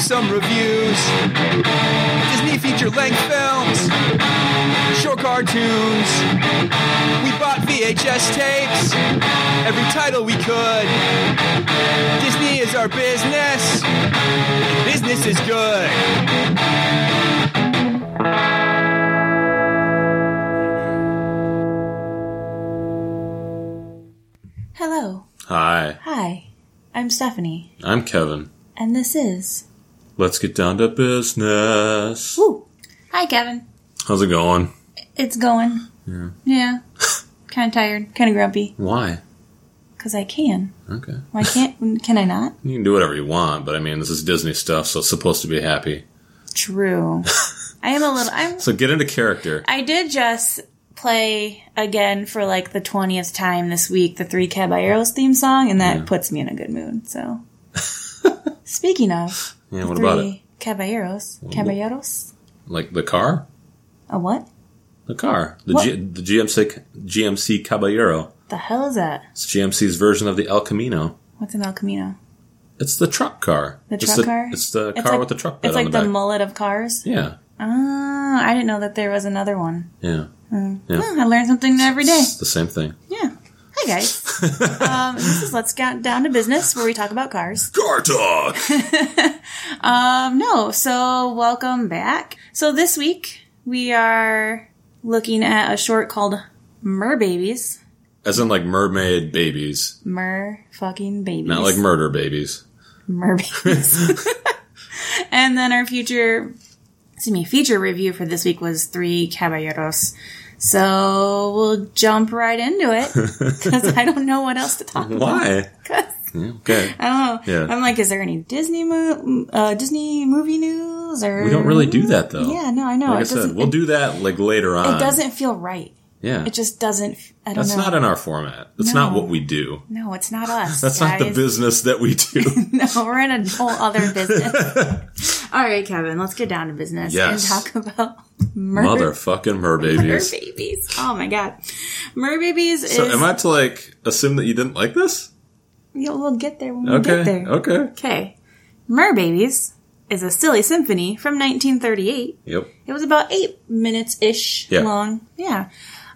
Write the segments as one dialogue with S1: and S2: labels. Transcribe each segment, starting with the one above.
S1: some reviews. Disney feature length films, short cartoons. We bought VHS tapes, every title we could. Disney is our business, and business is good.
S2: Hello.
S3: Hi,
S2: Hi. I'm Stephanie,
S3: I'm Kevin.
S2: and this is.
S3: Let's get down to business.
S2: Woo! Hi, Kevin.
S3: How's it going?
S2: It's going. Yeah. Yeah. kind of tired, kind of grumpy,
S3: Why?
S2: because I can.
S3: Okay.
S2: Why can't. can I not?
S3: You can do whatever you want, but I mean, this is Disney stuff, so it's supposed to be happy.
S2: True. I am a little. I'm.
S3: So get into character.
S2: I did just play again for like the 20th time this week the Three Caballeros theme song, and that puts me in a good mood, so. Speaking of.
S3: Yeah,
S2: the
S3: what about it?
S2: Three Caballeros. Caballeros?
S3: Like the car?
S2: A what?
S3: The car. The,
S2: What?
S3: G- the GMC, GMC Caballero.
S2: The hell is that?
S3: It's GMC's version of the El Camino.
S2: What's an El Camino?
S3: It's the truck car.
S2: The
S3: It's
S2: truck car?
S3: It's the
S2: It's
S3: car
S2: like-
S3: with the truck bed
S2: It's like
S3: on
S2: the,
S3: the back.
S2: mullet of cars.
S3: yeah,
S2: Oh, I didn't know that there was another one.
S3: yeah.
S2: Oh, I learn something new every day.
S3: It's the same thing.
S2: Yeah. Hi guys. um, this is let's get down to business where we talk about cars.
S3: Car talk!
S2: Um, no. So welcome back. So this week we are looking at a short called Mer Babies.
S3: As in like mermaid babies,
S2: Mer fucking babies.
S3: not like murder babies.
S2: mermaids. and then our future, excuse me, feature review for this week was three caballeros. So we'll jump right into it because I don't know what else to talk about.
S3: Why?
S2: 'Cause
S3: Yeah, okay.
S2: I don't know.
S3: Yeah.
S2: I'm like, is there any Disney mo- uh, Disney movie news? Or
S3: We don't really do that though.
S2: Yeah, no, I know.
S3: Like
S2: it
S3: I
S2: doesn't.
S3: said, we'll
S2: it,
S3: do that like later on.
S2: it doesn't feel right.
S3: Yeah.
S2: It just doesn't. f- I don't
S3: That's
S2: know.
S3: not in our format. That's not
S2: No.
S3: what we do.
S2: no, it's not us.
S3: That's not the
S2: guys.
S3: business that we do.
S2: No, we're in a whole other business. All right, Kevin, let's get down to business
S3: Yes.
S2: and talk about mer,
S3: Motherfucking
S2: mer
S3: merbabies.
S2: babies. Oh my god, mer babies
S3: So
S2: is.
S3: am I to like assume that you didn't like this?
S2: Yeah, we'll get there when we
S3: Okay.
S2: get there.
S3: Okay.
S2: Okay, mer babies is a silly symphony from 1938.
S3: Yep.
S2: It was about eight minutes ish
S3: Yeah.
S2: long. Yeah.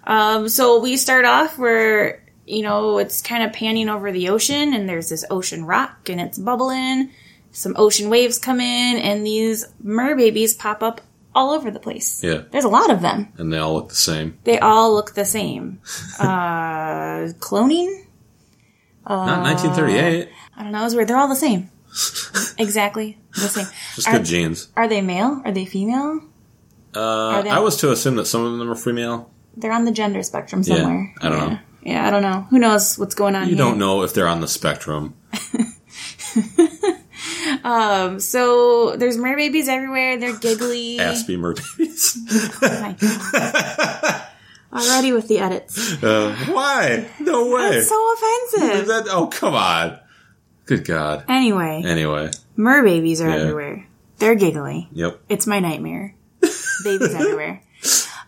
S2: Um, so we start off where, you know, it's kind of panning over the ocean and there's this ocean rock and it's bubbling. Some ocean waves come in and these mer babies pop up all over the place.
S3: Yeah.
S2: There's a lot of them.
S3: And they all look the same.
S2: They all look the same. uh, cloning? Uh,
S3: not 1938.
S2: I don't know. It's weird. They're all the same. exactly the same.
S3: Just
S2: Are,
S3: good genes.
S2: are they male? Are they female?
S3: Uh,
S2: they-
S3: I was to assume that some of them are female.
S2: They're on the gender spectrum somewhere.
S3: I don't
S2: yeah.
S3: know.
S2: Yeah, I don't know. Who knows what's going on?
S3: You
S2: here.
S3: don't know if they're on the spectrum.
S2: So there's mer babies everywhere. They're giggly.
S3: Aspie merbabies.
S2: Oh my God. Already with the edits.
S3: Uh, why? No way.
S2: That's so
S3: Is
S2: offensive.
S3: that- oh, come on. Good God.
S2: Anyway,
S3: Anyway.
S2: mer babies are
S3: Yeah.
S2: everywhere. They're giggly.
S3: Yep.
S2: It's my nightmare. babies everywhere.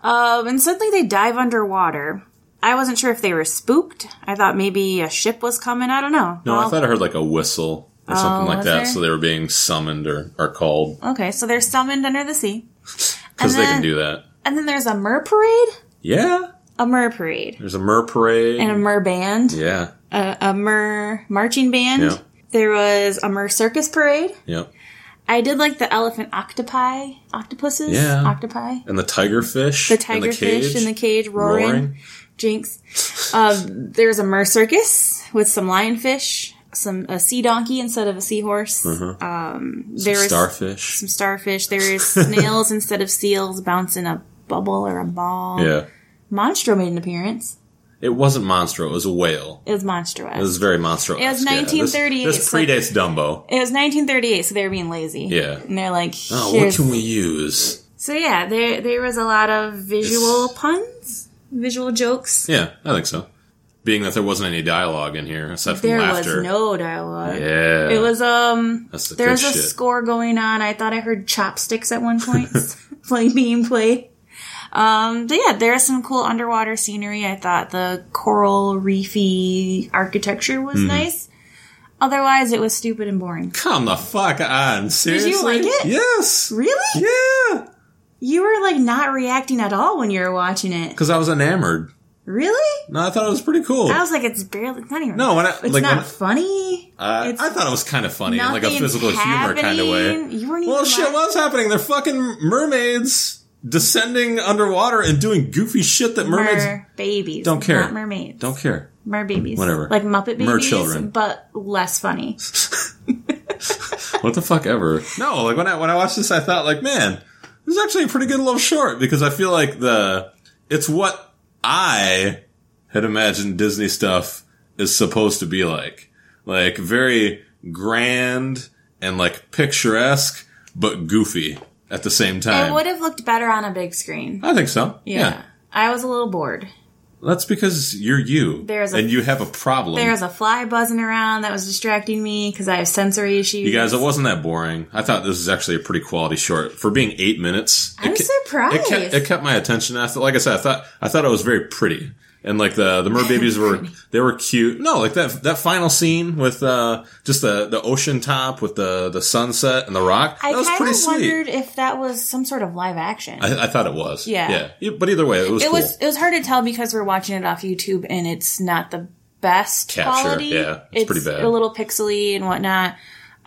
S2: Um, and suddenly they dive underwater. I wasn't sure if they were spooked. I thought maybe a ship was coming. I don't know.
S3: No, I
S2: Well, Oh,
S3: thought I heard like a whistle or something like
S2: was
S3: that.
S2: there?
S3: So they were being summoned or, or called
S2: Okay, so they're summoned under the sea.
S3: because
S2: And
S3: they can
S2: then-
S3: do that.
S2: And then there's a mer parade?
S3: Yeah.
S2: A mer parade.
S3: There's a mer parade.
S2: And a mer band.
S3: yeah.
S2: a, a mer marching band.
S3: Yeah.
S2: There was a mer circus parade.
S3: Yep.
S2: I did like the elephant octopi, octopuses,
S3: Yeah.
S2: octopi,
S3: And the tiger fish.
S2: the tiger fish in the cage roaring,
S3: Roaring.
S2: jinx. Um, there was a mer circus with some lionfish, some a sea donkey instead of a seahorse.
S3: Uh-huh.
S2: Um, there was
S3: Starfish.
S2: some starfish. There is snails instead of seals bouncing a bubble or a ball.
S3: Yeah.
S2: Monstro made an appearance.
S3: It wasn't Monstro. It was a whale.
S2: It was Monstro.
S3: It was very Monstro.
S2: It was 1938,
S3: This, this
S2: so-
S3: predates Dumbo.
S2: It was 1938, so they were being lazy.
S3: Yeah.
S2: And they're like,
S3: Oh, what
S2: here's-
S3: can we use?
S2: So yeah, there there was a lot of visual puns, visual jokes.
S3: Yeah, I think so. Being that there wasn't any dialogue in here except for
S2: There
S3: laughter.
S2: was no dialogue.
S3: yeah.
S2: It was um
S3: That's the
S2: there
S3: good
S2: was a
S3: shit.
S2: score going on. I thought I heard chopsticks at one point play being played. Um but yeah, there's some cool underwater
S3: Mm-hmm.
S2: scenery. I thought the coral reefy architecture was nice. Otherwise, it was stupid and boring.
S3: Come the fuck on. Seriously?
S2: like it?
S3: Yes.
S2: Really?
S3: Yeah.
S2: You were like not reacting at all when you were watching it.
S3: Because I was enamored.
S2: Really?
S3: No, I thought it was pretty cool.
S2: I was like, it's barely, it's not even.
S3: No, when I-
S2: it's
S3: like,
S2: not
S3: when I-
S2: funny.
S3: Uh,
S2: it's
S3: I thought it was kind of funny, in like a
S2: nothing's
S3: physical humor kind of way.
S2: happening. You weren't even.
S3: Well, shit
S2: like-
S3: was happening. They're fucking mermaids descending underwater and doing goofy shit that mermaids
S2: Mer babies.
S3: don't care.
S2: Not mermaids.
S3: Don't care.
S2: Mer babies.
S3: Whatever.
S2: Like Muppet babies,
S3: Mer children.
S2: but less funny.
S3: What the fuck ever? No, like when I when I watched this, I thought like, man, this is actually a pretty good little short because I feel like the it's what I had imagined Disney stuff is supposed to be like, like very grand and like picturesque, but goofy at the same
S2: It
S3: time. Uh,
S2: would have looked better on a big screen.
S3: I think so.
S2: Yeah. I was a little bored.
S3: That's because you're you,
S2: There's a-
S3: and you have a problem.
S2: There was a fly buzzing around that was distracting me because I have sensory issues.
S3: you guys, it wasn't that boring. I thought this is actually a pretty quality short for being eight minutes.
S2: I'm
S3: it ca-
S2: surprised.
S3: It kept, it kept my attention. I thought, like I said, I thought I thought it was very pretty, and like the the mer babies were they were cute. No, like that that final scene with uh, just the the ocean top with the the sunset and the rock.
S2: I
S3: that was
S2: kind
S3: pretty
S2: of
S3: sweet.
S2: wondered if that was some sort of live action.
S3: I, I thought it was.
S2: Yeah.
S3: yeah. E- But either way, it was
S2: it
S3: cool.
S2: was it was hard to tell because we're watching it off YouTube and it's not the best
S3: Capture,
S2: quality.
S3: yeah, it's pretty bad.
S2: A little pixely and whatnot.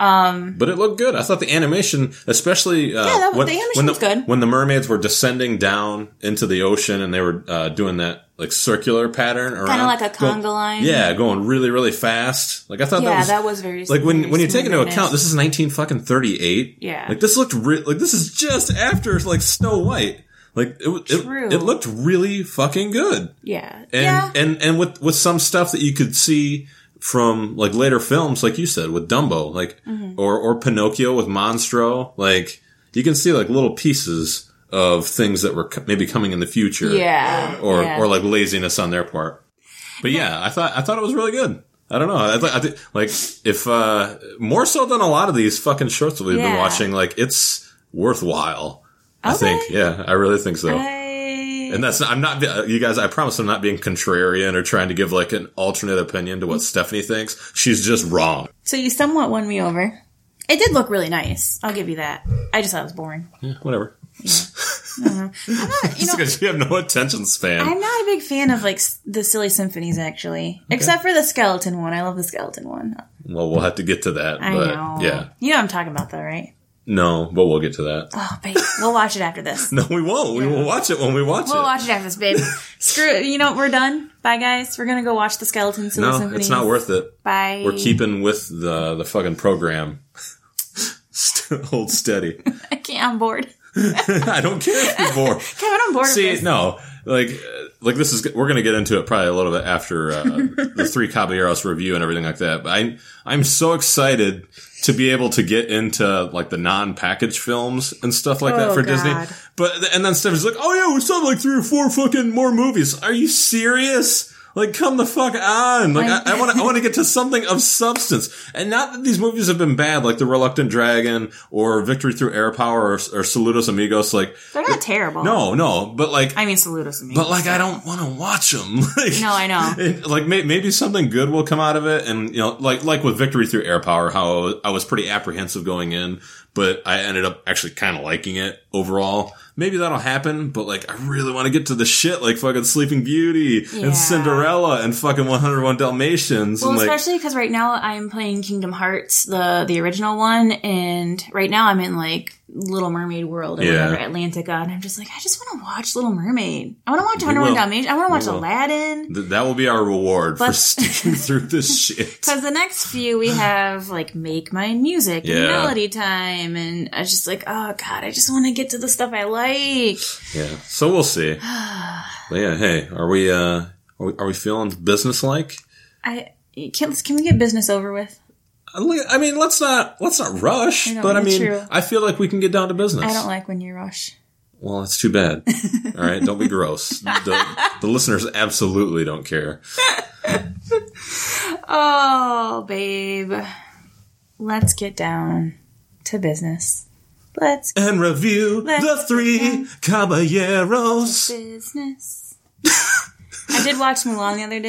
S3: But it looked good. I thought the animation, especially uh,
S2: that-
S3: when,
S2: the animation
S3: when the,
S2: was good.
S3: when the mermaids were descending down into the ocean and they were uh, doing that like circular pattern around,
S2: like a
S3: Go-
S2: conga line.
S3: Yeah, going really really fast. Like I thought,
S2: Yeah,
S3: Oh, that was,
S2: that was very
S3: like when
S2: very
S3: when you take
S2: smooth
S3: into
S2: and
S3: account
S2: nice.
S3: this is nineteen fucking thirty eight.
S2: Yeah.
S3: like this looked re- like this is just after like Snow White. Like it w-
S2: True.
S3: it, it looked really fucking good
S2: Yeah,
S3: and
S2: yeah.
S3: and and with with some stuff that you could see from like later films, like you said with Dumbo, like
S2: Mm-hmm.
S3: or or Pinocchio with Monstro, like you can see like little pieces of things that were co- maybe coming in the future,
S2: yeah,
S3: or
S2: yeah.
S3: or like laziness on their part. But yeah, I thought I thought it was really good. I don't know. I, th- I thi- like if uh more so than a lot of these fucking shorts that we've been
S2: Yeah.
S3: watching. Like it's worthwhile. I
S2: Okay.
S3: think. Yeah, I really think so.
S2: I-
S3: And that's I'm not uh, you guys. I promise I'm not being contrarian or trying to give like an alternate opinion to what Stephanie thinks. She's just wrong.
S2: so you somewhat won me over. It did look really nice. I'll give you that. I just thought it was boring.
S3: Yeah, whatever.
S2: I'm not, you know,
S3: Because you have no attention span.
S2: I'm not a big fan of like s- the silly symphonies actually, except for the skeleton one. I love the skeleton one.
S3: well, we'll have to get to that.
S2: I
S3: but
S2: know.
S3: yeah,
S2: you know what I'm talking about though, right?
S3: no, but we'll get to that.
S2: Oh, babe, we'll watch it after this.
S3: No, we won't. We will watch it when we watch
S2: We'll
S3: it.
S2: watch it after this, babe. Screw it. You know what? We're done. Bye, guys. We're gonna go watch the skeleton silly
S3: no,
S2: symphonies.
S3: it's not worth it.
S2: Bye.
S3: We're keeping with the the fucking program. St- Hold steady.
S2: I can't. I'm bored.
S3: I don't care if you're bored.
S2: Kevin, I'm bored. of
S3: See,
S2: this.
S3: no, like, uh, like this is we're gonna get into it probably a little bit after uh, the three Caballeros review and everything like that. But I, I'm so excited to be able to get into like the non-packaged films and stuff like that
S2: Oh,
S3: for
S2: God.
S3: Disney. But and then Stephen's like, oh yeah, we still have like three or four fucking more movies. Are you serious? Like, come the fuck on! Like, I want to, I want to get to something of substance, and not that these movies have been bad, like The Reluctant Dragon or Victory Through Air Power or, or Saludos Amigos. Like,
S2: They're not terrible.
S3: no, no, but like,
S2: I mean, saludos me.
S3: but like, I don't want to watch them. Like,
S2: No, I know.
S3: It, like, may, maybe something good will come out of it, and you know, like, like with Victory Through Air Power, how I was pretty apprehensive going in, but I ended up actually kind of liking it overall. Maybe that'll happen, but like, I really want to get to the shit, like fucking Sleeping Beauty
S2: Yeah.
S3: and Cinderella and fucking 101 Dalmatians,
S2: Well,
S3: and like,
S2: especially because right now I'm playing Kingdom Hearts, the the original one, and right now I'm in like Little Mermaid World or
S3: Yeah.
S2: whatever, Atlantica, and I'm just like, I just want to watch Little Mermaid. I want to watch 101
S3: will.
S2: Dalmatians. I want to watch
S3: will.
S2: Aladdin.
S3: th- that will be our reward for
S2: But-
S3: sticking through this shit.
S2: Because the next few we have like Make My Music and
S3: Yeah.
S2: Melody Time, and I was just like, oh god, I just want to get to the stuff I like.
S3: Yeah. So we'll see. but yeah, hey, are we uh are we, are we feeling business like?
S2: I can can we get business over with?
S3: I mean, let's not let's not rush,
S2: I know,
S3: but I
S2: that's
S3: mean,
S2: true.
S3: I feel like we can get down to business.
S2: I don't like when you rush.
S3: well, that's too bad. All right, don't be gross. The, the listeners absolutely don't care.
S2: Oh, babe. Let's get down to business. Let's get
S3: And review the three caballeros.
S2: business. I did watch Mulan the other day.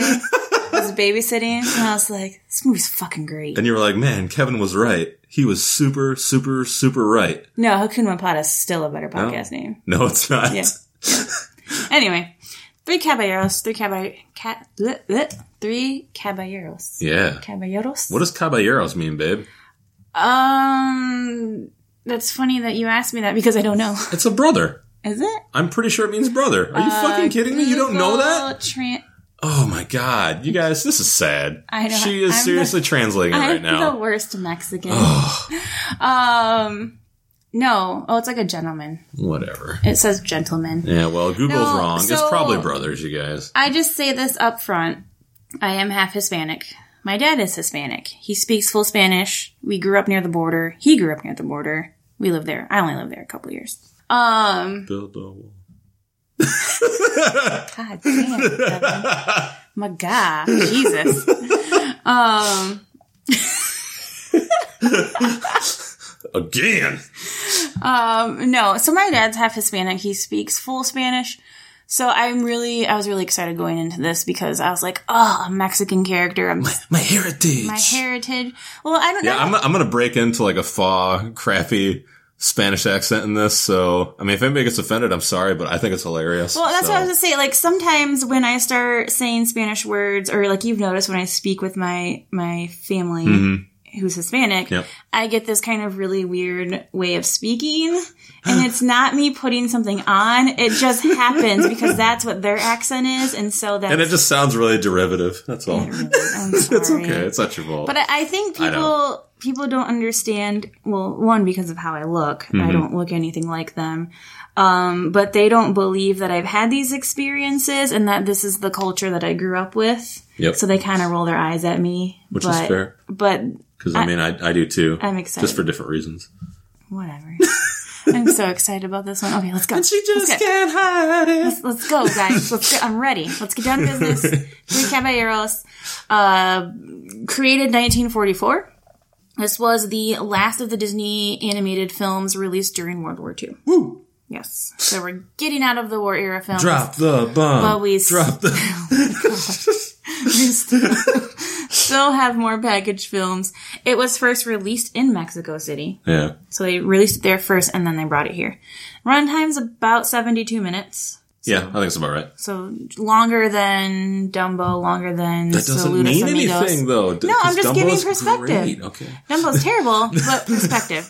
S2: was babysitting, and I was like, this movie's fucking great.
S3: And you were like, man, Kevin was right. He was super, super, super right.
S2: No, Hakuna Matata is still a better podcast name.
S3: No, it's not.
S2: Yeah. Anyway, three caballeros, three caball- ca- bleh, bleh, three caballeros.
S3: Yeah.
S2: Caballeros.
S3: What does caballeros mean, babe?
S2: Um, that's funny that you asked me that because I don't know.
S3: It's a brother.
S2: Is it?
S3: I'm pretty sure it means brother. Are you fucking kidding me? You don't know that?
S2: Uh, Google tran-
S3: Oh my god, you guys, this is sad.
S2: I know.
S3: She is
S2: I'm the-
S3: seriously translating it
S2: I'm
S3: right now.
S2: the worst Mexican. um, no. Oh, it's like a gentleman.
S3: Whatever.
S2: It says gentleman.
S3: Yeah, well, Google's
S2: No,
S3: wrong. it's
S2: so-
S3: probably brothers, you guys.
S2: I just say this up front. I am half Hispanic. My dad is Hispanic. He speaks full Spanish. We grew up near the border. He grew up near the border. We lived there. I only lived there a couple years. Um,
S3: Build the wall.
S2: God damn, Kevin. my God, Jesus. Um,
S3: Again.
S2: um, no. So my dad's half Hispanic. He speaks full Spanish. So I'm really, I was really excited going into this because I was like, oh, a Mexican character. I'm
S3: My heritage.
S2: my heritage. Well, I don't know.
S3: Yeah, I'm, I'm gonna break into like a faw, crappy Spanish accent in this. So, I mean, if anybody gets offended, I'm sorry, but I think it's hilarious.
S2: Well, that's
S3: so.
S2: what I was gonna say. Like sometimes when I start saying Spanish words, or like you've noticed when I speak with my my family who's Hispanic,
S3: Mm-hmm. Yep.
S2: I get this kind of really weird way of speaking, and it's not me putting something on. It just happens because that's what their accent is, and so that's.
S3: And it just sounds really derivative. That's all.
S2: I'm
S3: It's
S2: sorry.
S3: okay. It's not your fault.
S2: But I, I think
S3: I
S2: people people don't understand. Well, one because of how I look.
S3: Mm-hmm.
S2: I don't look anything like them. Um, but they don't believe that I've had these experiences and that this is the culture that I grew up with.
S3: Yep.
S2: So they kind of roll their eyes at me.
S3: Which is
S2: but,
S3: fair.
S2: But
S3: Because I, mean, I, I do too.
S2: I'm excited.
S3: Just for different reasons.
S2: whatever. I'm so excited about this one. Okay, let's go. let's go.
S3: can't hide it.
S2: Let's go, guys. Let's go. I'm ready. Let's get down to business. Three Caballeros, uh, created 1944. This was the last of the Disney animated films released during World War II.
S3: Woo.
S2: Yes. So we're getting out of the war era films.
S3: Drop the bomb.
S2: But we s-
S3: Drop the.
S2: Still have more packaged films. It was first released in Mexico City.
S3: yeah.
S2: So they released it there first and then they brought it here. Runtime's about 72 minutes.
S3: Yeah, I think it's about right.
S2: So longer than Dumbo, longer than
S3: That doesn't
S2: Saludos
S3: mean
S2: Amigos.
S3: anything, though.
S2: No, I'm just giving perspective.
S3: Okay.
S2: Dumbo's terrible, but perspective.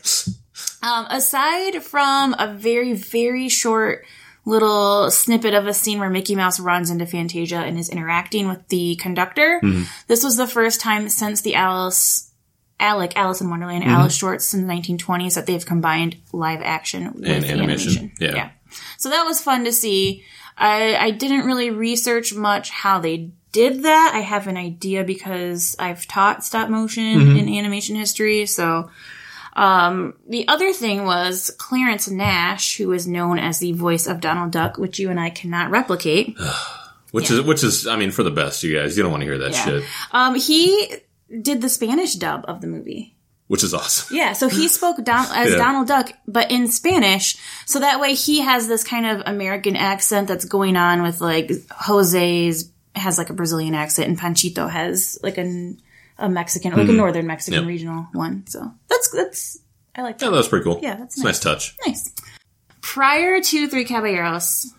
S2: Um, aside from a very, very short little snippet of a scene where Mickey Mouse runs into Fantasia and is interacting with the conductor,
S3: Mm-hmm.
S2: this was the first time since the Alice, Alec, Alice in Wonderland,
S3: Mm-hmm.
S2: Alice shorts since the 1920s that they've combined live action with
S3: And
S2: animation.
S3: animation. Yeah.
S2: So that was fun to see. I, I didn't really research much how they did that. I have an idea because I've taught stop motion
S3: Mm-hmm.
S2: in animation history. So, um, the other thing was Clarence Nash, who is known as the voice of Donald Duck, which you and I cannot replicate.
S3: Which is, which is, I mean, for the best, you guys. You don't want to hear that
S2: Yeah.
S3: shit.
S2: Um, he did the Spanish dub of the movie.
S3: Which is awesome.
S2: Yeah, so he spoke Don- as
S3: Yeah.
S2: Donald Duck, but in Spanish. So that way he has this kind of American accent that's going on with like Jose's has like a Brazilian accent and Panchito has like an, a Mexican, like a northern Mexican
S3: Hmm. Yep.
S2: regional one. So that's, that's, I like
S3: Yeah,
S2: that.
S3: that was pretty cool.
S2: Yeah, that's
S3: It's a nice touch.
S2: Nice. Prior to Three Caballeros,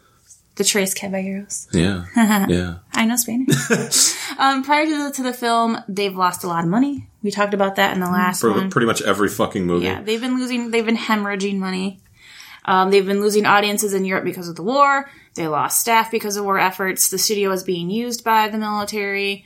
S2: the Tres Caballeros.
S3: Yeah. yeah.
S2: I know Spanish. um, prior to the, to the film, they've lost a lot of money. We talked about that in the last
S3: Pretty,
S2: one.
S3: pretty much every fucking movie.
S2: Um, Yeah, they've been losing. They've been hemorrhaging money. Um, they've been losing audiences in Europe because of the war. They lost staff because of war efforts. The studio was being used by the military.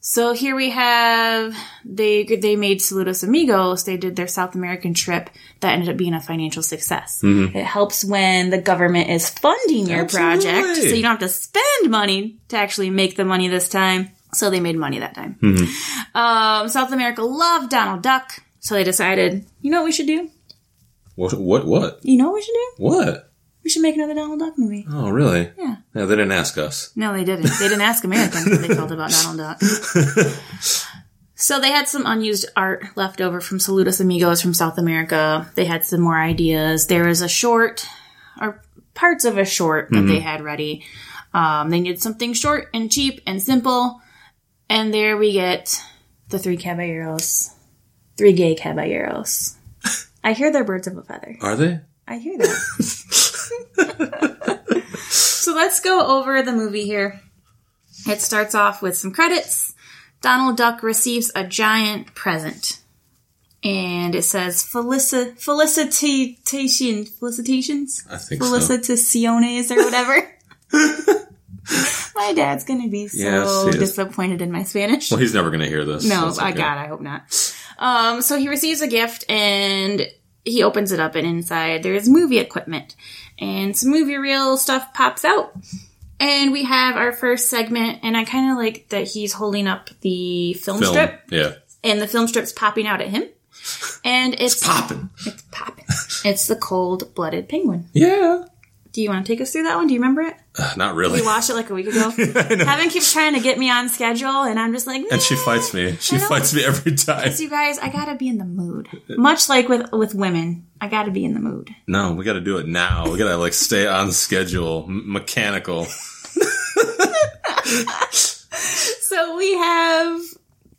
S2: So here we have they they made Saludos Amigos. They did their South American trip that ended up being a financial success. It helps when the government is funding your project, so
S3: Absolutely.
S2: you don't have to spend money to actually make the money this time. So they made money that time. Um, South America loved Donald Duck, so they decided, you know what we should do?
S3: What? What? What?
S2: You know what we should do?
S3: What?
S2: We should make another Donald Duck movie.
S3: Oh, really?
S2: Yeah.
S3: Yeah, they didn't ask us.
S2: No, they didn't. They didn't ask Americans what they felt about Donald Duck. so they had some unused art left over from Saludos Amigos from South America. They had some more ideas. There was a short, or parts of a short that they had ready. Um, they needed something short and cheap and simple. And there we get the three caballeros, three gay caballeros. I hear they're birds of a feather.
S3: Are they?
S2: I hear that. so let's go over the movie here. It starts off with some credits. Donald Duck receives a giant present. And it says felici- felicitation, felicitations,
S3: I think so.
S2: felicitaciones, or whatever. my dad's gonna be so
S3: Yes, he is.
S2: disappointed in my Spanish.
S3: Well, he's never going to hear this.
S2: No,
S3: That's
S2: I
S3: okay.
S2: God, I hope not. Um, so he receives a gift and he opens it up, and inside there is movie equipment and some movie reel stuff pops out. And we have our first segment, and I kind of like that he's holding up the film,
S3: Film.
S2: strip,
S3: Yeah.
S2: and the film strip's popping out at him. And it's,
S3: Popping.
S2: It's popping. It's the cold blooded penguin.
S3: Yeah.
S2: Do you want to take us through that one? Do you remember it?
S3: Uh, not really.
S2: We watched it like a week ago. Heaven keeps trying to get me on schedule, and I'm just like,
S3: And she
S2: "Nah."
S3: fights me. She
S2: I don't-
S3: fights me every time.
S2: Because you guys, I gotta be in the mood. Much like with with women, I gotta be in the mood.
S3: No, we got to do it now. We got to like stay on schedule, M- mechanical.
S2: So we have,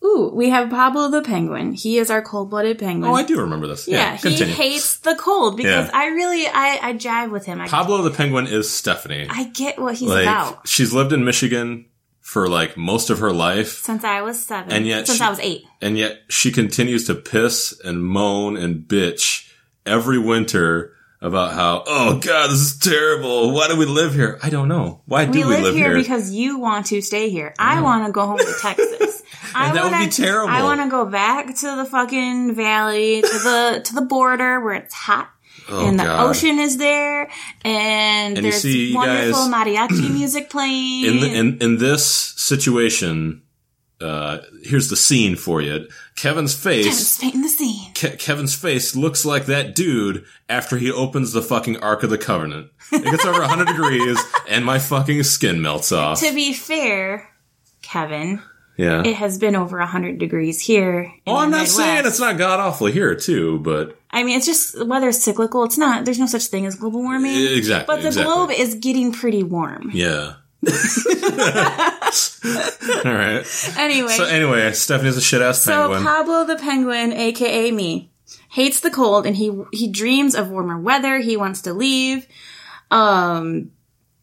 S2: ooh, we have Pablo the penguin. He is our cold blooded penguin.
S3: Oh, I do remember this.
S2: yeah,
S3: Yeah,
S2: he
S3: continue.
S2: hates the cold because
S3: Yeah.
S2: I really I I jive with him. I,
S3: Pablo the Penguin is Stephanie.
S2: I get what he's
S3: like
S2: about.
S3: she's lived in Michigan for like most of her life,
S2: Since I was seven,
S3: And yet
S2: since
S3: she-
S2: I was eight,
S3: and yet she continues to piss and moan and bitch every winter about how oh god this is terrible. Why do we live here? I don't know. Why do
S2: we,
S3: we,
S2: live, here,
S3: here? Oh.
S2: because you want to stay here. I want to go home to Texas. I
S3: that would
S2: wanna-
S3: be terrible.
S2: I want to go back to the fucking valley, to the to the border where it's hot
S3: oh,
S2: and the
S3: God.
S2: ocean is there, and,
S3: you
S2: there's
S3: see, you
S2: wonderful
S3: guys-
S2: mariachi music playing.
S3: in, the, in in this situation. Uh, here's the scene for you. Kevin's face
S2: Kevin's painting the scene.
S3: Ke- Kevin's face looks like that dude after he opens the fucking Ark of the Covenant. It gets over 100 degrees and my fucking skin melts off.
S2: To be fair, Kevin,
S3: Yeah.
S2: it has been over hundred degrees here. in
S3: Oh, I'm
S2: the
S3: not saying
S2: Midwest.
S3: it's not god awful here too, but
S2: I mean, it's just the weather's cyclical. It's not. There's no such thing as global warming.
S3: exactly.
S2: but the
S3: exactly.
S2: globe is getting pretty warm.
S3: Yeah. All right.
S2: Anyway,
S3: So anyway, Stephanie's a shit ass
S2: So
S3: penguin.
S2: Pablo the Penguin, aka me, hates the cold and he he dreams of warmer weather. He wants to leave. Um,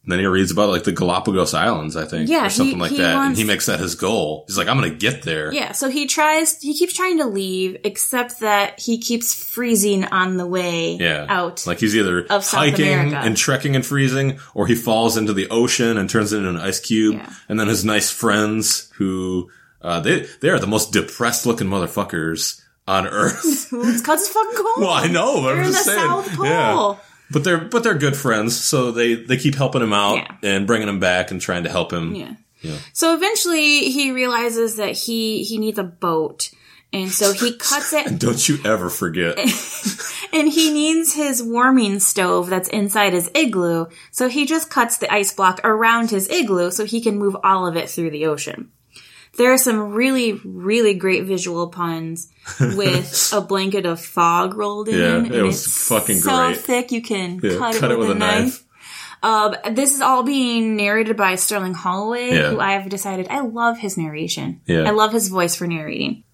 S3: then he reads about like the Galapagos Islands, I think,
S2: Yeah,
S3: or something
S2: he-
S3: like
S2: he
S3: that, and
S2: wants-
S3: he makes that his goal. He's like, I'm gonna get there.
S2: yeah, so he tries he keeps trying to leave except that he keeps freezing on the way
S3: Yeah.
S2: out.
S3: Like he's either
S2: of South
S3: hiking
S2: America.
S3: and trekking and freezing, or he falls into the ocean and turns into an ice cube.
S2: Yeah.
S3: And then his nice friends who, uh, they, they are the most depressed looking motherfuckers on earth.
S2: it's cuz it's fucking cold.
S3: well, I know, but
S2: You're
S3: I'm
S2: in the
S3: just saying.
S2: South Pole.
S3: Yeah. But they're, but they're good friends. So they, they keep helping him out
S2: Yeah.
S3: and bringing him back and trying to help him.
S2: Yeah. So eventually he realizes that he he needs a boat. And so he cuts it
S3: Don't you ever forget.
S2: And he needs his warming stove that's inside his igloo, so he just cuts the ice block around his igloo so he can move all of it through the ocean. There are some really, really great visual puns with a blanket of fog rolled in.
S3: Yeah,
S2: and
S3: it was
S2: it's
S3: fucking
S2: So
S3: great.
S2: thick you can
S3: Yeah,
S2: cut, it with, a knife. Um, this is all being narrated by Sterling Holloway,
S3: Yeah.
S2: who I've decided I love his narration.
S3: Yeah.
S2: I love his voice for narrating.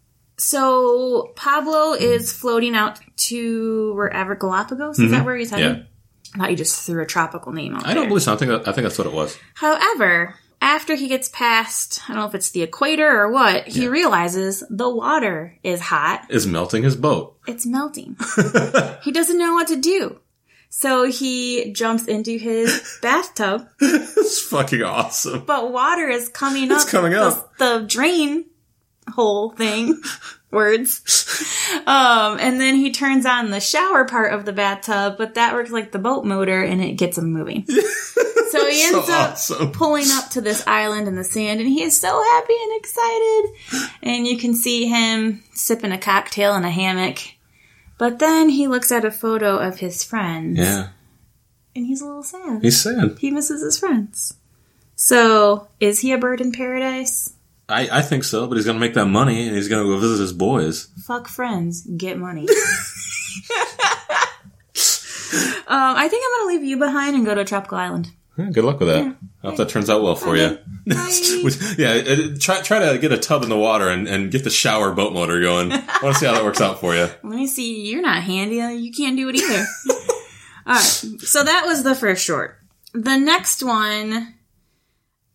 S2: So Pablo is floating out to wherever Galapagos is that where he's headed?
S3: Mm-hmm. Yeah.
S2: I thought you just threw a tropical name out
S3: I don't
S2: there.
S3: believe so. I think, that, I think that's what it was.
S2: However, after he gets past, I don't know if it's the equator or what, he realizes the water is hot.
S3: Is melting his boat.
S2: It's melting. he doesn't know what to do. So he jumps into his bathtub
S3: It's fucking awesome.
S2: but water is coming up.
S3: coming up.
S2: The, the drain hole thing. Words. Um, and then he turns on the shower part of the bathtub, but that works like the boat motor and it gets him moving. so he
S3: So
S2: ends up
S3: awesome.
S2: pulling up to this island in the sand and he is so happy and excited. And you can see him sipping a cocktail in a hammock. But then he looks at a photo of his friends
S3: Yeah.
S2: and he's a little sad.
S3: He's sad.
S2: He misses his friends. So, is he a bird in paradise?
S3: I, I think so, but he's gonna make that money and he's gonna go visit his boys.
S2: Fuck friends, get money. um, Um, I think I'm gonna leave you behind and go to a tropical island.
S3: Yeah, good luck with that. I hope that turns out well for you.
S2: Uh-huh. Bye.
S3: Which, yeah, it- it- try try to get a tub in the water and, and get the shower boat motor going. I want to see how that works out for you.
S2: Let me see. You're not handy. You can't do it either. All right. So that was the first short. The next one,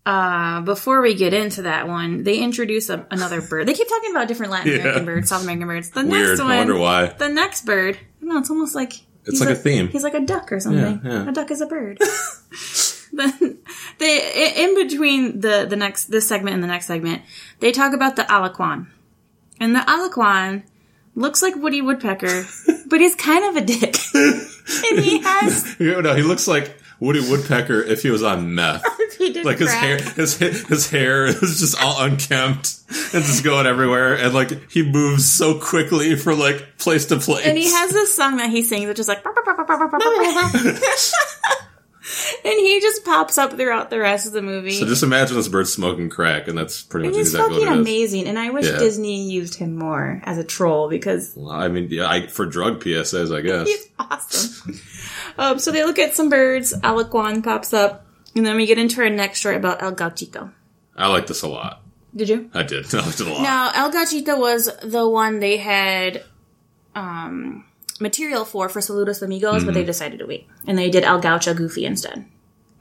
S2: uh, before we get into that one, they introduce a, another bird. They keep talking about different Latin
S3: Yeah.
S2: American birds, South American birds. The
S3: Weird.
S2: next one,
S3: I wonder why.
S2: the next bird. No, it's almost like he's
S3: like a theme.
S2: He's like a duck or something.
S3: Yeah, yeah.
S2: A duck is a bird. then they i- in between the the next this segment and the next segment, they talk about the aliquan, and the aliquan looks like Woody Woodpecker, but he's kind of a dick, and he has
S3: You know, he looks like Woody Woodpecker if he was on meth.
S2: he did
S3: Like his
S2: crack.
S3: hair, his his hair is just all unkempt and just going everywhere, and like he moves so quickly from like place to place.
S2: And he has this song that he sings, which is like, and he just pops up throughout the rest of the movie.
S3: So just imagine this bird smoking crack, and that's pretty
S2: And
S3: much
S2: he's
S3: exactly
S2: fucking
S3: what it is.
S2: amazing, and I wish
S3: Yeah.
S2: Disney used him more as a troll because
S3: Well, I mean, yeah, I, for drug PSAs, I guess.
S2: he's awesome. um, so they look at some birds. Aliquan pops up, and then we get into our next story about El Gauchito.
S3: I like this a lot.
S2: Did you?
S3: I did. I liked it a lot.
S2: Now El Gauchito was the one they had um, material for for Saludos Amigos, but they decided to wait, and they did El Gaucho Goofy instead.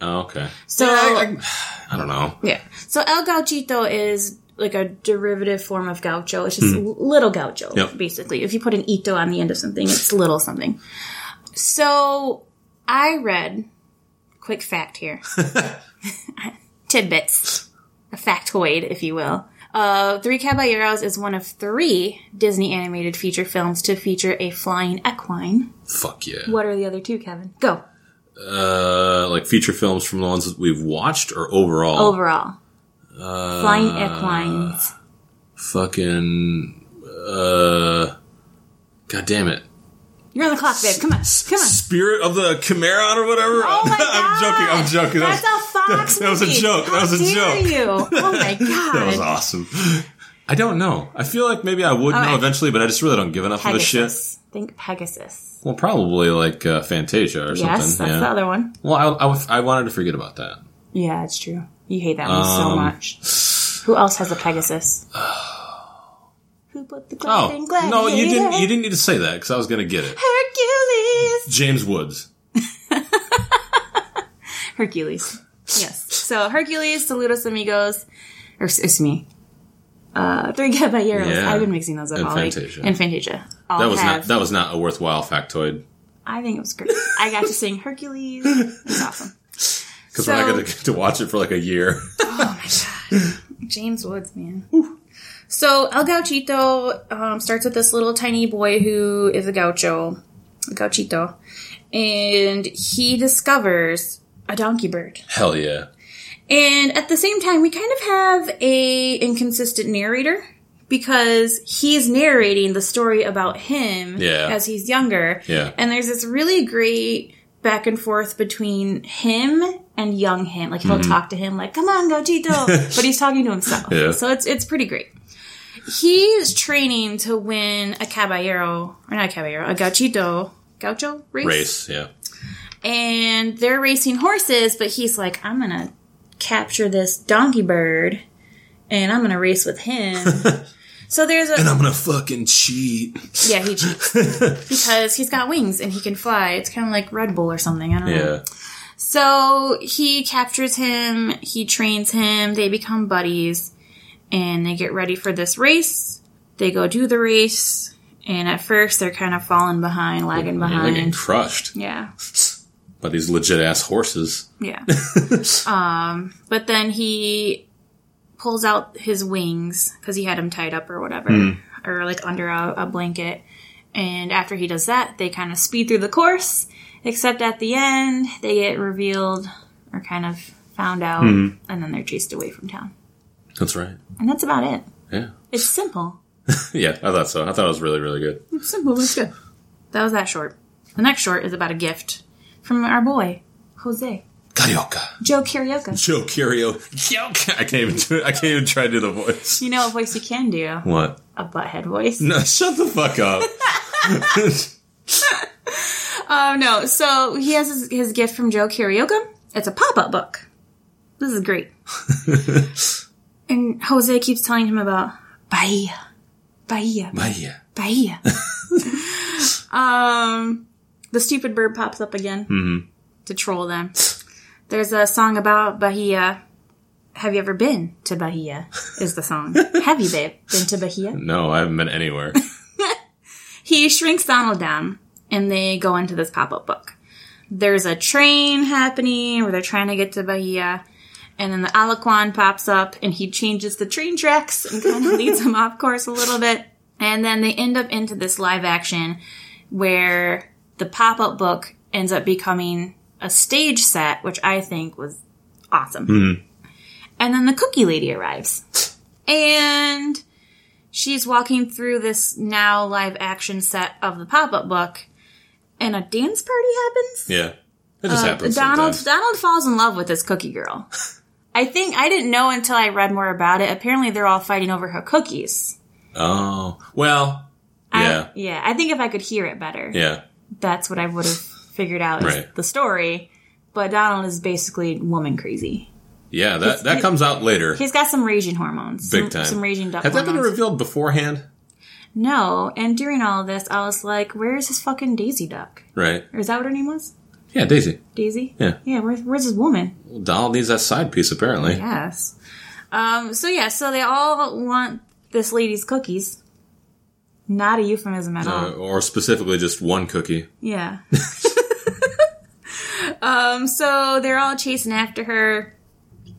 S3: Oh, okay.
S2: So
S3: I, I- I don't know.
S2: Yeah. So El Gauchito is like a derivative form of gaucho. It's just little gaucho,
S3: Yep.
S2: basically. If you put an ito on the end of something, it's little something. So I read, quick fact here tidbits, a factoid, if you will. Uh, Three Caballeros is one of three Disney animated feature films to feature a flying equine.
S3: Fuck yeah.
S2: What are the other two, Kevin? Go.
S3: Uh, like feature films from the ones that we've watched or overall?
S2: Overall. flying equines.
S3: Fucking. Uh. God damn it.
S2: You're on the clock, babe. Come on. Come on.
S3: Spirit of the Chimeron or whatever?
S2: Oh my god!
S3: I'm joking. I'm joking. That
S2: That's
S3: was,
S2: a Fox.
S3: that was a
S2: movie.
S3: joke. That
S2: How
S3: was a
S2: dare
S3: joke.
S2: You. Oh my god.
S3: that was awesome. I don't know. I feel like maybe I would know
S2: right.
S3: eventually, but I just really don't give enough
S2: Pegasus.
S3: of a shit.
S2: Think Pegasus.
S3: Well, probably like uh, Fantasia or
S2: Yes,
S3: something.
S2: that's
S3: yeah.
S2: the other one.
S3: Well, I, I, I wanted to forget about that.
S2: Yeah, it's true. You hate that one so
S3: Um,
S2: much. Who else has a Pegasus? Who put the
S3: Oh
S2: glove in gladiator?
S3: no, you didn't. You didn't need to say that because I was going to get it.
S2: Hercules.
S3: James Woods.
S2: Hercules. Yes. So Hercules, Saludos Amigos, or excuse me, uh, Three Caballeros.
S3: Yeah.
S2: I've been mixing those up
S3: And
S2: all week.
S3: Fantasia.
S2: And Fantasia. All
S3: That was
S2: have
S3: not. That was not a worthwhile factoid
S2: I think it was great. I got to sing Hercules. It's awesome.
S3: because we're not
S2: So-
S3: going to get to watch it for like a year.
S2: James Woods, man. So El Gauchito um, starts with this little tiny boy who is a gaucho, a gauchito, and he discovers a donkey bird.
S3: Hell yeah.
S2: And at the same time, we kind of have a inconsistent narrator because he's narrating the story about him
S3: Yeah.
S2: as he's younger.
S3: Yeah.
S2: And there's this really great back and forth between him and young him. Like
S3: Mm-hmm.
S2: he'll talk to him like, "Come on, Gauchito," but he's talking to himself.
S3: Yeah.
S2: So it's it's pretty great. He's training to win a caballero or not a caballero, a gauchito, gaucho
S3: Race. Yeah.
S2: and they're racing horses, but he's like, I'm gonna capture this donkey bird and I'm gonna race with him. so there's a
S3: I'm gonna fucking cheat.
S2: yeah, he cheats because he's got wings and he can fly. It's kind of like Red Bull or something. I don't know.
S3: Yeah.
S2: So he captures him, he trains him, they become buddies, and they get ready for this race. They go do the race, and at first they're kind of falling behind, lagging
S3: You're like getting
S2: behind.
S3: crushed
S2: Yeah.
S3: by these legit ass horses.
S2: Yeah. um, but then he pulls out his wings because he had him tied up or whatever, or like under a, a blanket. And after he does that, they kind of speed through the course, except at the end, they get revealed or kind of found out, and then they're chased away from town.
S3: That's right.
S2: And that's about it.
S3: Yeah.
S2: It's simple.
S3: Yeah. I thought so. I thought it was really, really good.
S2: It's simple. It's good. That was that short. The next short is about a gift from our boy, Jose.
S3: Carioca.
S2: Joe Carioca.
S3: Joe Curio. Carioca. I can't even. Do it. I can't even try to do the voice.
S2: You know a voice you can do?
S3: What?
S2: A butthead voice.
S3: No. Shut the fuck up.
S2: Oh no! So he has his, his gift from Joe Carioca, It's a pop up book. This is great. and Jose keeps telling him about Bahia. Bahia.
S3: Bahia.
S2: Bahia. um, the stupid bird pops up again to troll them. There's a song about Bahia. Have you ever been to Bahia? Is the song. Have you babe, been to Bahia?
S3: No, I haven't been anywhere.
S2: He shrinks Donald down and they go into this pop up book. There's a train happening where they're trying to get to Bahia. And then the Alaquan pops up and he changes the train tracks and kind of leads them off course a little bit. And then they end up into this live action where the pop up book ends up becoming a stage set, which I think was awesome. And then the cookie lady arrives. And she's walking through this now live action set of the pop up book. And a dance party happens.
S3: yeah. It just happens.
S2: Uh, Donald
S3: sometimes.
S2: Donald falls in love with this cookie girl. I think I didn't know until I read more about it. Apparently, they're all fighting over her cookies.
S3: Oh. Well, yeah.
S2: I, yeah. I think if I could hear it better,
S3: yeah.
S2: that's what I would have figured out is
S3: Right.
S2: the story. But Donald is basically woman crazy.
S3: Yeah, that, that comes out later.
S2: He's got some raging hormones,
S3: Big
S2: some,
S3: time.
S2: some raging duck
S3: Has that been
S2: hormones.
S3: revealed beforehand?
S2: no, and during all of this, I was like, "Where is his fucking Daisy Duck?
S3: Right.
S2: Or is that what her name was?
S3: Yeah, Daisy.
S2: Daisy?
S3: Yeah.
S2: yeah. Where's, where's his woman?
S3: Well, Donald needs that side piece, apparently.
S2: Yes. Um, so yeah, so they all want this lady's cookies. Not a euphemism at
S3: Uh,
S2: all.
S3: or specifically just one cookie.
S2: Yeah. um, so they're all chasing after her.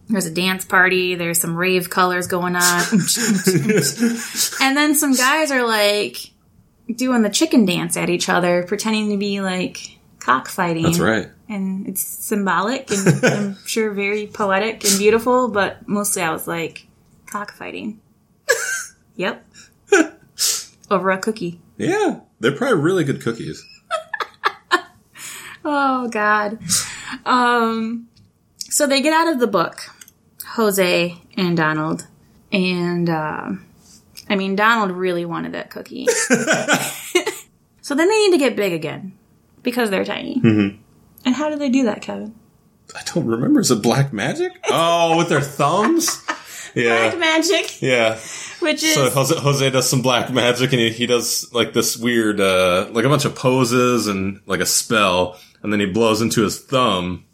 S2: There's a dance party. There's some rave colors going on. and then some guys are like doing the chicken dance at each other, pretending to be like cockfighting.
S3: That's right.
S2: And it's symbolic and I'm sure very poetic and beautiful, but mostly I was like, cockfighting. yep. Over a cookie.
S3: Yeah. They're probably really good cookies.
S2: Oh God. Um, so they get out of the book, Jose and Donald, and uh, I mean Donald really wanted that cookie. so then they need to get big again because they're tiny. And how do they do that, Kevin?
S3: I don't remember. Is it black magic? Oh, with their thumbs?
S2: Black
S3: Yeah.
S2: magic,
S3: Yeah.
S2: which is
S3: So Jose, Jose does some black magic and he, he does like this weird, uh, like a bunch of poses and like a spell. And then he blows into his thumb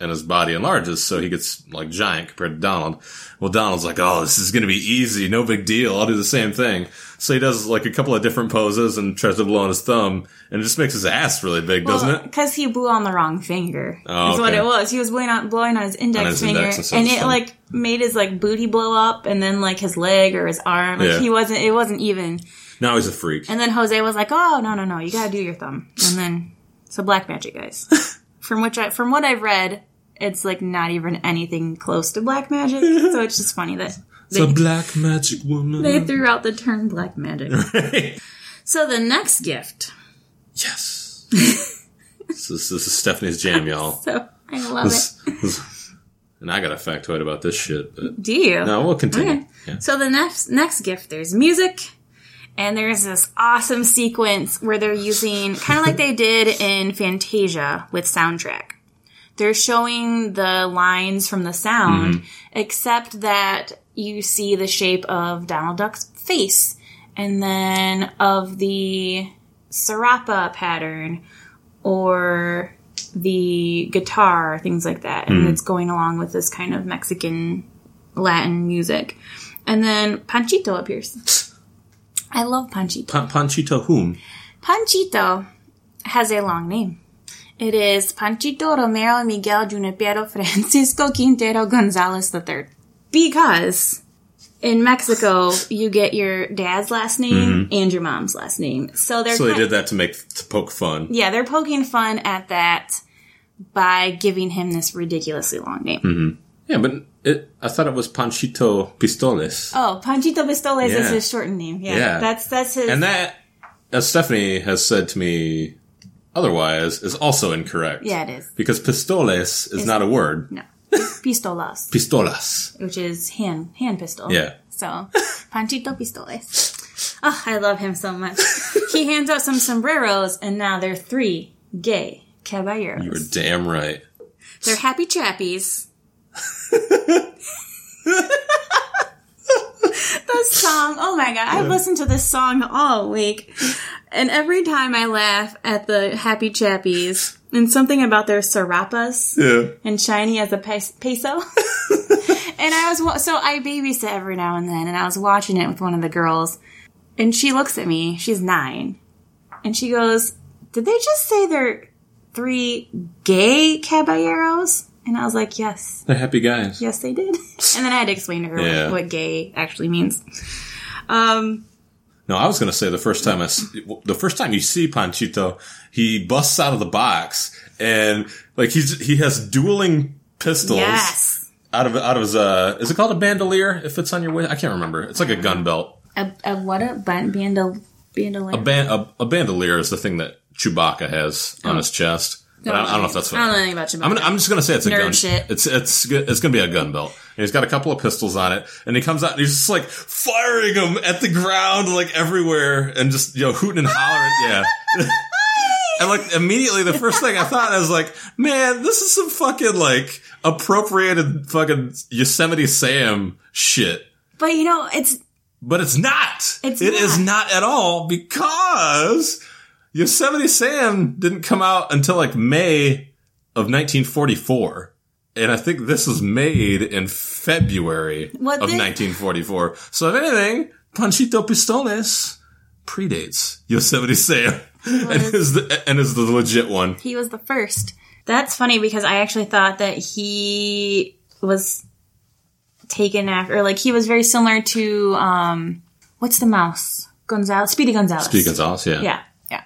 S3: and his body enlarges. So he gets like giant compared to Donald. Well, Donald's like, oh, this is going to be easy. No big deal. I'll do the same thing. So he does like a couple of different poses and tries to blow on his thumb and it just makes his ass really big, doesn't it?
S2: Because he blew on the wrong finger.
S3: Oh,
S2: That's what
S3: okay.
S2: it was. He was blowing on blowing on his index
S3: On his
S2: finger,
S3: index instead
S2: and
S3: of his
S2: it
S3: thumb.
S2: like made his like booty blow up, and then like his leg or his arm. Like
S3: Yeah.
S2: he wasn't. It wasn't even.
S3: Now he's a freak.
S2: And then Jose was like, "Oh no no no, you gotta do your thumb." And then so black magic, guys. from which I from what I've read, it's like not even anything close to black magic. so it's just funny that they,
S3: The black magic woman.
S2: they threw out the term black magic. so the next gift.
S3: Yes. this, is, this is Stephanie's jam, y'all.
S2: So I love it.
S3: This- this- and I got a factoid about this shit, but
S2: Do you?
S3: no, we'll continue.
S2: Okay.
S3: Yeah.
S2: So the next next gift, there's music, and there's this awesome sequence where they're using kind of like they did in Fantasia with soundtrack. They're showing the lines from the sound, except that you see the shape of Donald Duck's face, and then of the Sarapa pattern, or the guitar, things like that, and it's going along with this kind of Mexican Latin music. And then Panchito appears. I love Panchito.
S3: Pa- Panchito whom?
S2: Panchito has a long name. It is Panchito Romero Miguel Junipero Francisco Quintero Gonzalez III. Because in Mexico, you get your dad's last name and your mom's last name. So they're
S3: Mm-hmm. So they
S2: kind-
S3: did that to make to poke fun.
S2: yeah, they're poking fun at that by giving him this ridiculously long name.
S3: Mm-hmm. Yeah, but it, I thought it was Panchito Pistoles,
S2: Oh, Panchito Pistoles
S3: Yeah.
S2: is his shortened name. Yeah,
S3: Yeah.
S2: that's that's his.
S3: and that, as Stephanie has said to me, otherwise is also incorrect.
S2: yeah, it is.
S3: because Pistoles is not a word.
S2: No, pistolas,
S3: Pistolas.
S2: which is hand hand pistol.
S3: Yeah.
S2: So, Panchito Pistoles. Oh, I love him so much. he hands out some sombreros, and now they're three gay caballeros.
S3: You're damn right.
S2: They're happy chappies. that song, oh my god, I've listened to this song all week. And every time I laugh at the happy chappies and something about their serapas
S3: Yeah.
S2: and shiny as a pes- peso. and I was wa- so I babysit every now and then, and I was watching it with one of the girls, and she looks at me. She's nine, and she goes, "Did they just say they're three gay caballeros?" And I was like, "Yes."
S3: They're happy guys.
S2: Yes, they did. And then I had to explain to her what-
S3: Yeah.
S2: what, gay actually means. Um,
S3: No, I was going to say the first time I, s- the first time you see Panchito, he busts out of the box and like he's he has dueling pistols
S2: yes.
S3: out of out of his uh is it called a bandolier if it's on your waist? I can't remember. It's like a gun belt.
S2: A, a what a ban- bandol- bandolier.
S3: A ban a, a bandolier is the thing that Chewbacca has on his chest. But I, don't, I don't know if that's what
S2: Oh. I don't know anything about you.
S3: I'm, gonna, I'm just gonna say it's a
S2: Nerd
S3: gun.
S2: shit.
S3: It's it's go- it's gonna be a gun belt. And he's got a couple of pistols on it, and he comes out and he's just like firing them at the ground like everywhere, and just you know hooting and hollering. yeah. And like immediately, the first thing I thought I was like, "Man, this is some fucking like appropriated fucking Yosemite Sam shit."
S2: but you know, it's
S3: But it's not.
S2: It's
S3: It is
S2: not.
S3: not at all because Yosemite Sam didn't come out until like May of 1944. And I think this was made in February
S2: What
S3: of
S2: the-
S3: 1944. So if anything, Panchito Pistones predates Yosemite Sam and is the, and is the legit one.
S2: He was the first. That's funny because I actually thought that he was taken after, or like he was very similar to um, what's the mouse Gonzalez, Speedy Gonzalez.
S3: Speedy Gonzalez, yeah.
S2: Yeah, yeah.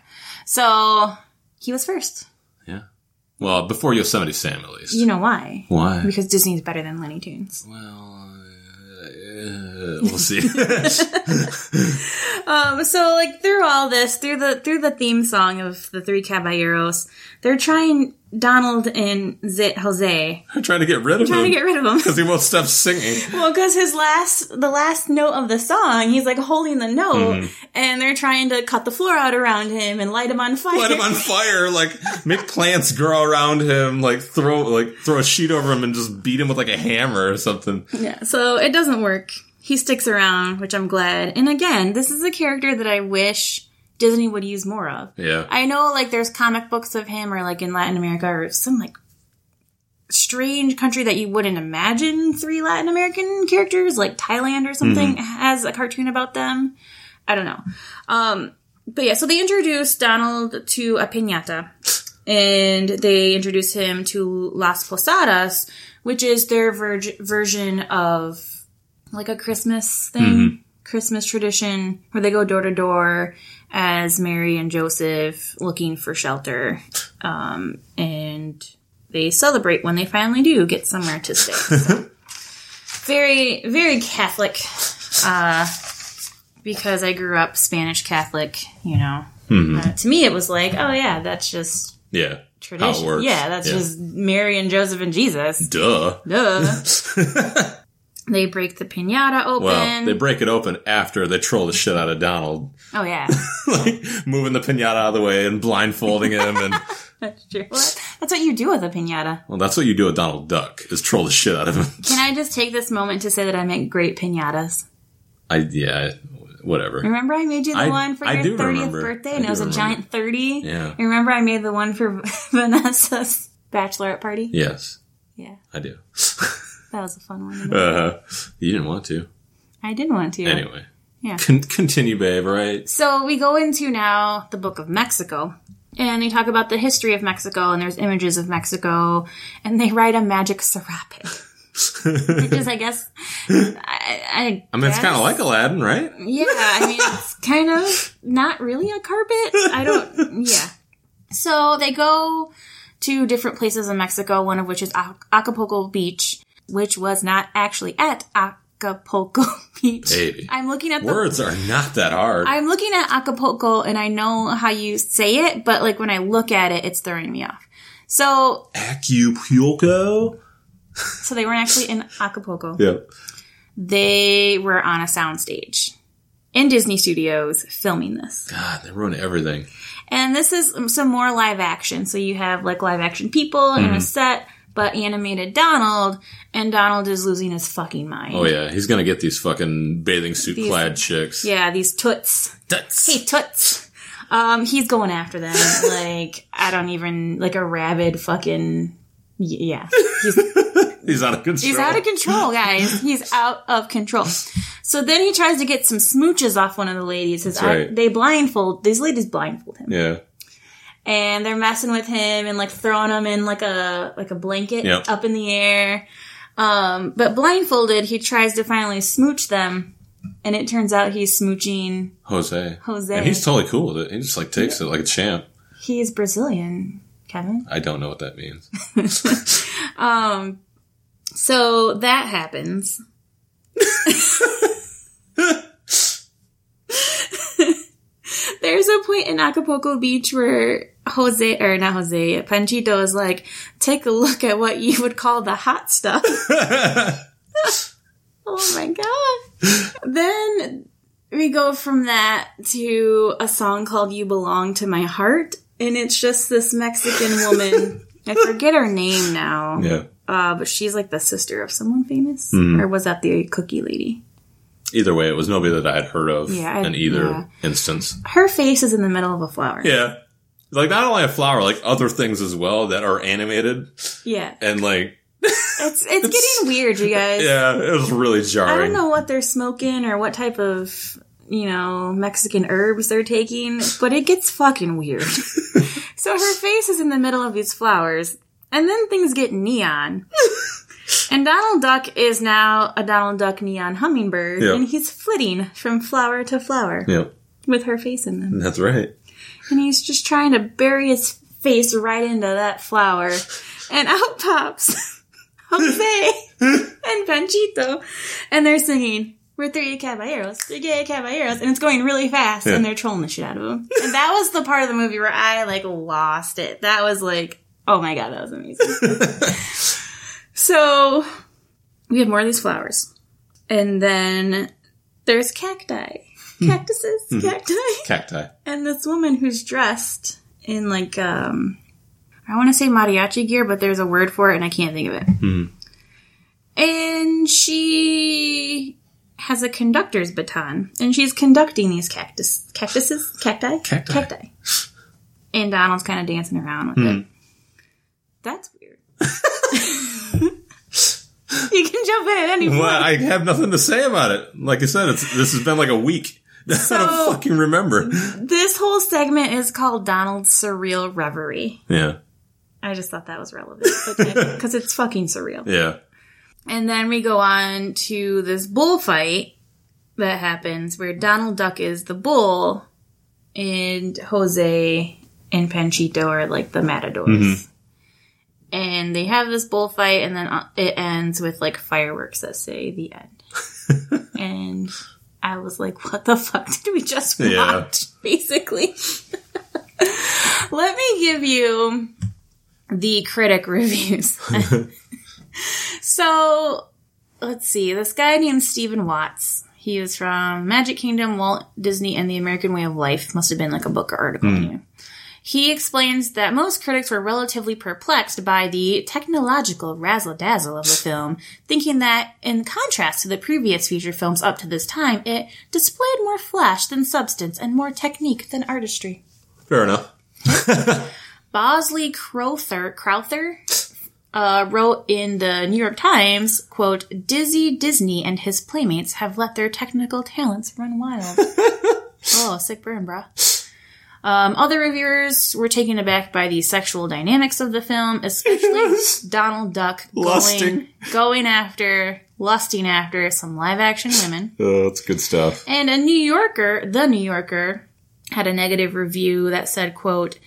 S2: So he was first.
S3: Yeah. Well, before Yosemite Sam, at least.
S2: You know why?
S3: Why?
S2: Because Disney's better than Looney Tunes.
S3: Uh, we'll see.
S2: Um, so like through all this, through the through the theme song of the Three Caballeros, they're trying Donald and Zit Jose
S3: I'm trying to get rid of
S2: trying to
S3: him.
S2: get rid of them.
S3: because he won't stop singing.
S2: Well, because his last, the last note of the song, he's like holding the note,
S3: Mm-hmm.
S2: and they're trying to cut the floor out around him and light him on fire.
S3: Light him on fire, like make plants grow around him, like throw like throw a sheet over him and just beat him with like a hammer or something.
S2: yeah, so it doesn't work. He sticks around, which I'm glad. And again, this is a character that I wish Disney would use more of.
S3: Yeah.
S2: I know, like, there's comic books of him, or like in Latin America, or some like strange country that you wouldn't imagine three Latin American characters, like Thailand or something, has a cartoon about them. I don't know. Um, but yeah, so they introduce Donald to a pinata, and they introduce him to Las Posadas, which is their verg- version of like a Christmas thing. Christmas tradition where they go door to door as Mary and Joseph looking for shelter. Um, and they celebrate when they finally do get somewhere to stay. So, very, very Catholic. Uh, because I grew up Spanish Catholic, you know.
S3: Hmm.
S2: Uh, to me, it was like, oh yeah, that's just
S3: yeah,
S2: tradition.
S3: how it works.
S2: Yeah, that's just Mary and Joseph and Jesus.
S3: duh.
S2: Duh. they break the pinata open.
S3: Well, they break it open after they troll the shit out of Donald,
S2: oh yeah.
S3: like moving the pinata out of the way and blindfolding him, and
S2: That's true. Well, that- that's what you do with a pinata.
S3: well, that's what you do with Donald Duck is troll the shit out of him.
S2: Can I just take this moment to say that I make great pinatas?
S3: I yeah, whatever.
S2: Remember, I made you the
S3: I-
S2: one for
S3: I
S2: your
S3: do
S2: 30th
S3: remember.
S2: birthday,
S3: I
S2: and
S3: do
S2: it was a
S3: remember.
S2: giant 30.
S3: Yeah.
S2: And Remember, I made the one for Vanessa's bachelorette party?
S3: Yes,
S2: Yeah.
S3: I do.
S2: That was a fun one.
S3: uh, you didn't want to
S2: I did want to.
S3: anyway.
S2: Yeah.
S3: Con- continue, babe. all Right.
S2: So we go into now the Book of Mexico, and they talk about the history of Mexico, and there's images of Mexico, and they write a magic serape. Which is, I guess, I, I,
S3: I mean, it's kind
S2: guess-
S3: of like Aladdin, right?
S2: Yeah, I mean, it's kind of not really a carpet. I don't, yeah. So they go to different places in Mexico, one of which is Ac- Acapulco Beach, which was not actually at Acapulco Beach.
S3: Baby.
S2: I'm looking at the
S3: Words are not that hard.
S2: I'm looking at Acapulco and I know how you say it, but like when I look at it, it's throwing me off. So,
S3: Acapulco.
S2: so they weren't actually in Acapulco.
S3: Yep.
S2: They were on a soundstage in Disney Studios filming this.
S3: God, they ruin everything. Mm-hmm.
S2: And this is some more live action. So you have like live action people and a set, but animated Donald, and Donald is losing his fucking mind.
S3: Oh yeah, he's gonna get these fucking bathing suit
S2: These-
S3: clad chicks.
S2: Yeah, these toots.
S3: That's-
S2: Hey, toots. Um, he's going after them like I don't even like a rabid fucking y- yeah. He's
S3: he's out of control.
S2: He's out of control, guys. He's out of control. So then he tries to get some smooches off one of the ladies. His
S3: That's right.
S2: they blindfold these ladies blindfold him,
S3: Yeah,
S2: and they're messing with him and like throwing him in like a like a blanket
S3: Yep.
S2: up in the air. Um, but blindfolded, he tries to finally smooch them, and it turns out he's smooching.
S3: Jose.
S2: Jose.
S3: and he's totally cool with it. He just like takes it like a champ.
S2: He is Brazilian, Kevin.
S3: I don't know what that means.
S2: So that happens. There's a point in Acapulco Beach where Jose, or not Jose, Panchito is like, take a look at what you would call the hot stuff. oh my god. then we go from that to a song called You Belong to My Heart, and it's just this Mexican woman. I forget her name now
S3: Yeah,
S2: uh, but she's like the sister of someone famous,
S3: Mm-hmm.
S2: or was that the cookie lady?
S3: either way, it was nobody that I had heard of
S2: Yeah, I-
S3: in either
S2: yeah.
S3: instance.
S2: Her face is in the middle of a flower.
S3: Yeah. Like not only a flower, like other things as well that are animated
S2: Yeah.
S3: and like
S2: it's it's getting weird, you guys.
S3: yeah, it was really
S2: I
S3: jarring.
S2: don't know what they're smoking or what type of you know Mexican herbs they're taking, but it gets fucking weird. so her face is in the middle of these flowers, and then things get neon. And Donald Duck is now a Donald Duck neon hummingbird,
S3: Yeah.
S2: and he's flitting from flower to flower
S3: Yeah,
S2: with her face in them.
S3: that's right.
S2: and he's just trying to bury his face right into that flower. And out pops Jose and Panchito, and they're singing, We're three caballeros, three gay caballeros, and it's going really fast,
S3: Yeah.
S2: and they're trolling the shit out of him. And that was the part of the movie where I like lost it. That was like, oh my god, that was amazing. so we have more of these flowers. And then there's cacti. Cactuses, cacti
S3: Cacti.
S2: and this woman who's dressed in like um i want to say mariachi gear but there's a word for it and i can't think of it and she has a conductor's baton and she's conducting these cactus cactuses cacti
S3: Cacti.
S2: and donald's kind of dancing around with it that's weird you can jump in at any point
S3: Well, I have nothing to say about it. Like I said, it's this has been like a week. I
S2: So-
S3: don't fucking remember.
S2: this whole segment is called donald's surreal reverie
S3: Yeah.
S2: I just thought that was relevant because it's fucking surreal.
S3: Yeah.
S2: And then we go on to this bullfight that happens where Donald Duck is the bull and Jose and Panchito are like the matadors. And they have this bullfight and then uh, it ends with like fireworks that say the end. and I was like, what the fuck did we just watch?
S3: Yeah.
S2: Basically. Let me give you the critic reviews. so let's see. This guy named Stephen Watts. He is from Magic Kingdom, Walt Disney, and the American Way of Life. Must have been like a book or article. in here. He explains that most critics were relatively perplexed by the technological razzle dazzle of the film, thinking that, in contrast to the previous feature films up to this time, it displayed more flash than substance and more technique than artistry.
S3: Fair enough.
S2: Bosley Crowther, Crowther uh, wrote in the New York Times, quote, Dizzy Disney and his playmates have let their technical talents run wild. oh, sick burn, bruh. Um, other reviewers were taken aback by the sexual dynamics of the film, especially Donald Duck going,
S3: Lusting.
S2: going after, lusting after some live action women.
S3: Oh, that's good stuff.
S2: And a New Yorker, the New Yorker, had a negative review that said, quote,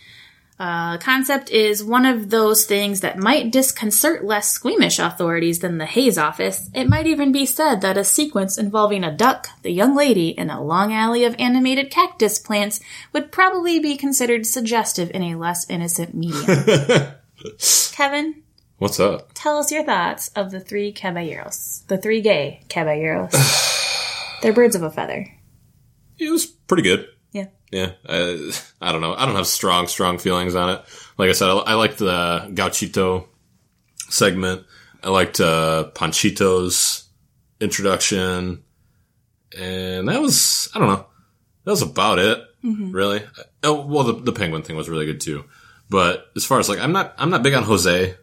S2: uh, concept is one of those things that might disconcert less squeamish authorities than the Hayes office. It might even be said that a sequence involving a duck, the young lady, and a long alley of animated cactus plants would probably be considered suggestive in a less innocent medium. Kevin,
S3: What's up?
S2: tell us your thoughts of the three caballeros, the three gay caballeros. They're birds of a feather.
S3: It was pretty good.
S2: Yeah.
S3: Yeah. I, I don't know. I don't have strong, strong feelings on it. Like I said, I, I like the gauchito segment. I liked uh, Panchito's introduction, and that was I don't know that was about it really. Oh, well, the, the penguin thing was really good too, but as far as like I'm not I'm not big on Jose,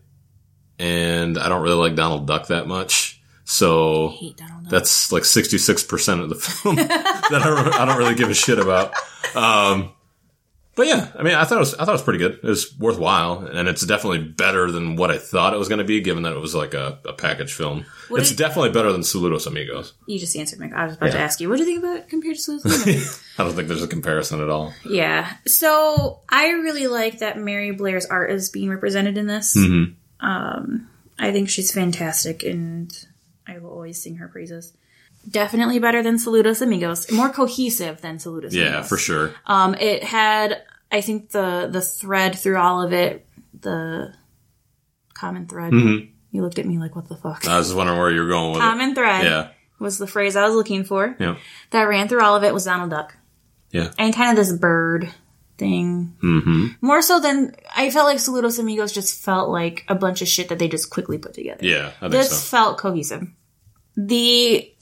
S3: and I don't really like Donald Duck that much, so
S2: hate Donald Duck.
S3: that's like 66% of the film that I, I don't really give a shit about. Um, but yeah, I mean, I thought it was, I thought it was pretty good. It was worthwhile, and it's definitely better than what I thought it was going to be, given that it was like a, a package film.
S2: What
S3: it's
S2: did-
S3: definitely better than Saludos Amigos.
S2: You just answered my. I was about to
S3: Yeah.
S2: ask you, what do you think about it compared to Sleuth?
S3: I don't think there's a comparison at all.
S2: Yeah. So I really like that Mary Blair's art is being represented in this. Um,
S3: Mm-hmm.
S2: I think she's fantastic, and I will always sing her praises. Definitely better than Saludos Amigos. More cohesive than Saludos.
S3: Yeah,
S2: Amigos.
S3: for sure.
S2: Um, it had, I think, the the thread through all of it, the common thread. You looked at me like, "What the fuck?"
S3: Mm-hmm. I was just wondering where you were going with
S2: common
S3: it.
S2: thread
S3: Yeah,
S2: was the phrase I was looking for.
S3: yeah,
S2: That ran through all of it was Donald Duck
S3: yeah.
S2: and kind of this bird thing. Mm-hmm. More so than I felt like Saludos Amigos just felt like a bunch of shit that they just quickly put together.
S3: Yeah, I think
S2: this
S3: so.
S2: felt cohesive. The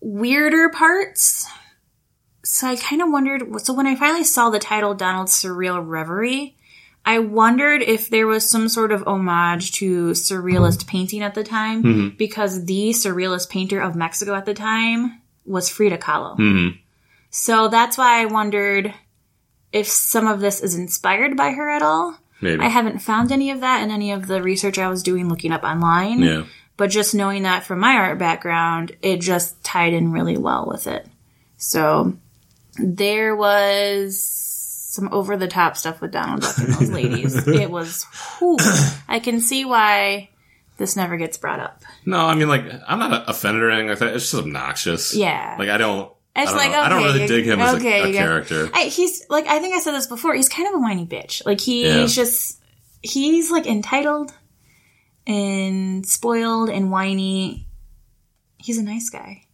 S2: weirder parts. So I kind of wondered. So when I finally saw the title Donald's Surreal Reverie, I wondered if there was some sort of homage to surrealist painting at the time,
S3: Mm-hmm.
S2: because the surrealist painter of Mexico at the time was Frida Kahlo.
S3: Mm-hmm.
S2: So that's why I wondered if some of this is inspired by her at all.
S3: Maybe.
S2: I haven't found any of that in any of the research I was doing looking up online.
S3: yeah.
S2: But just knowing that from my art background, it just tied in really well with it. So there was some over the top stuff with Donald Duck and those ladies. It was, whew, I can see why this never gets brought up.
S3: No, I mean, like, I'm not offended or anything like that. It's just obnoxious.
S2: Yeah.
S3: Like, I don't. I
S2: It's
S3: don't,
S2: like,
S3: know. I don't
S2: okay,
S3: really
S2: you-
S3: dig him as
S2: okay,
S3: a, a
S2: you got-
S3: character.
S2: I, he's like, I think I said this before. He's kind of a whiny bitch. Like he's
S3: Yeah.
S2: just, he's like entitled and spoiled and whiny. He's a nice guy.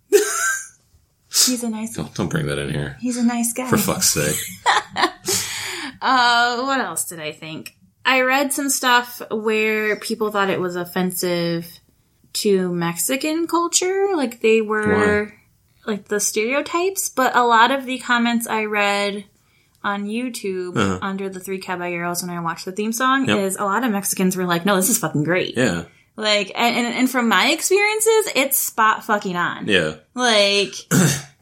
S2: he's a nice.
S3: Don't, don't bring that in here.
S2: He's a nice guy.
S3: For fuck's sake.
S2: Uh, what else did I think? I read some stuff where people thought it was offensive to Mexican culture, like they were like the stereotypes, but a lot of the comments I read on YouTube
S3: Uh-huh.
S2: under the Three Caballeros when I watched the theme song
S3: Yep.
S2: is a lot of Mexicans were like, "No, this is fucking great."
S3: Yeah.
S2: Like, and, and and from my experiences, it's spot fucking on.
S3: Yeah.
S2: Like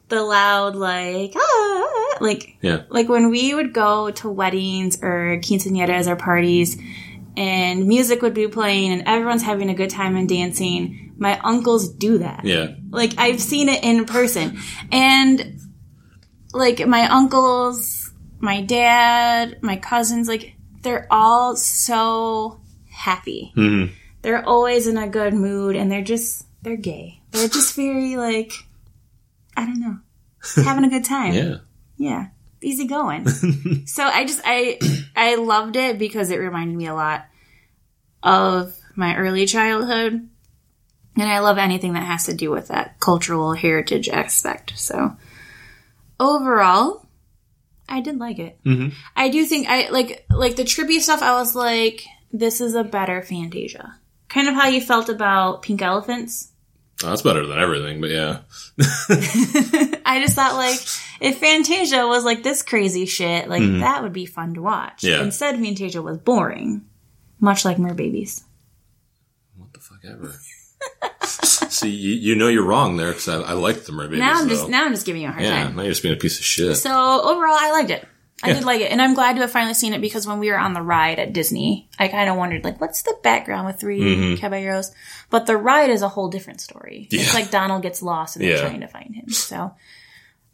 S2: the loud, like ah, like
S3: Yeah.
S2: like when we would go to weddings or quinceañeras or parties and music would be playing and everyone's having a good time and dancing my uncles do that
S3: Yeah.
S2: like i've seen it in person and like my uncles my dad my cousins like they're all so happy
S3: Mhm.
S2: they're always in a good mood and they're just they're gay they're just very like i don't know having a good time
S3: Yeah.
S2: yeah easy going so i just i i loved it because it reminded me a lot of my early childhood and i love anything that has to do with that cultural heritage aspect so overall i did like it
S3: Mhm.
S2: i do think i like like the trippy stuff i was like this is a better fantasia kind of how you felt about pink elephants
S3: Oh, that's better than everything, but yeah.
S2: I just thought like if Fantasia was like this crazy shit, like that would be fun to watch.
S3: Mm-hmm. Yeah.
S2: Instead, Fantasia was boring, much like Merbabies.
S3: What the fuck ever. See, you, you know you're wrong there because I, I like the mermaid.
S2: Now I'm just now I'm just giving you a hard
S3: Yeah.
S2: time.
S3: Now you're just being a piece of shit.
S2: So overall, I liked it. I did like it, and I'm glad to have finally seen it because when we were on the ride at Disney, I kind of wondered like, what's the background with 3 caballeros? But the ride is a whole different story.
S3: Mm-hmm. Yeah.
S2: It's like Donald gets lost and they're
S3: Yeah.
S2: trying to find him. So,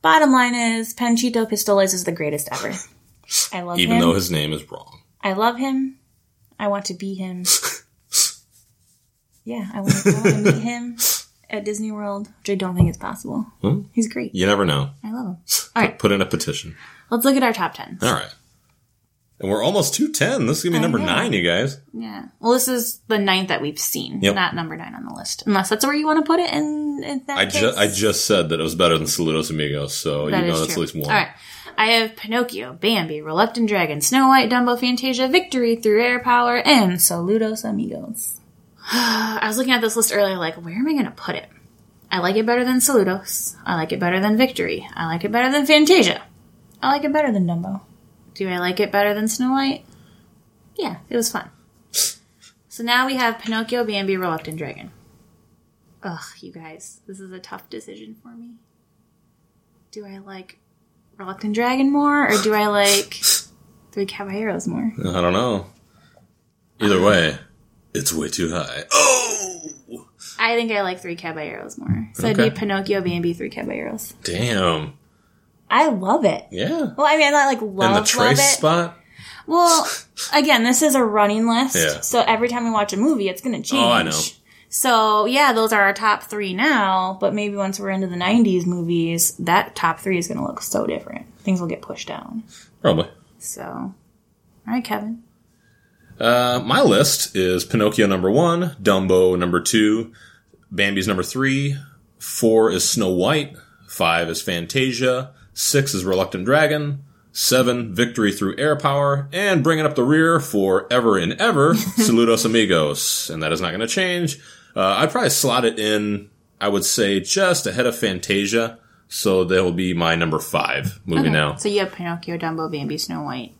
S2: bottom line is, Panchito Pistoles is the greatest ever. I love
S3: Even
S2: him.
S3: though his name is wrong.
S2: I love him. I want to be him. yeah, I want, I want to meet him at Disney World, which I don't think is possible.
S3: Hmm?
S2: He's great.
S3: You never know.
S2: I love him. All right,
S3: Put in a petition.
S2: let's look at our top ten.
S3: All right. And we're almost 210. This is going to
S2: I
S3: be number
S2: know.
S3: nine, you guys.
S2: Yeah. Well, this is the ninth that we've seen,
S3: Yep.
S2: not number nine on the list, unless that's where you want to put it. In, in that
S3: I,
S2: case,
S3: ju- I just said that it was better than Saludos Amigos, so
S2: That
S3: you
S2: is
S3: know that's
S2: true.
S3: at least one.
S2: All right. I have Pinocchio, Bambi, Reluctant Dragon, Snow White, Dumbo, Fantasia, Victory, Through Air Power, and Saludos Amigos. I was looking at this list earlier, like, where am I going to put it? I like it better than Saludos. I like it better than Victory. I like it better than Fantasia. I like it better than Dumbo. Do I like it better than Snow White? Yeah, it was fun. So now we have Pinocchio, Bambi, Reluctant Dragon. Ugh, you guys, this is a tough decision for me. Do I like Reluctant Dragon more, or do I like Three Caballeros more?
S3: I don't know. Either way, it's way too high. Oh!
S2: I think I like Three Caballeros more. So it'd
S3: Okay.
S2: be Pinocchio, Bambi, Three Caballeros.
S3: Damn.
S2: I love it.
S3: Yeah.
S2: Well, I mean, I'm not like love,
S3: and the
S2: love it.
S3: trace spot?
S2: Well, again, this is a running list,
S3: Yeah.
S2: so every time we watch a movie, it's going to change.
S3: Oh, I know.
S2: So yeah, those are our top three now. But maybe once we're into the '90s movies, that top three is going to look so different. Things will get pushed down.
S3: Probably.
S2: So, all right, Kevin.
S3: Uh, my list is Pinocchio number one, Dumbo number two, Bambi's number three, four is Snow White, five is Fantasia, six is Reluctant Dragon, seven, Victory Through Air Power, and bringing up the rear for Ever and Ever, Saludos Amigos. And that is not going to change. Uh, I'd probably slot it in, I would say, just ahead of Fantasia. So that will be my number five movie now.
S2: So you have Pinocchio, Dumbo, Bambi, Snow White.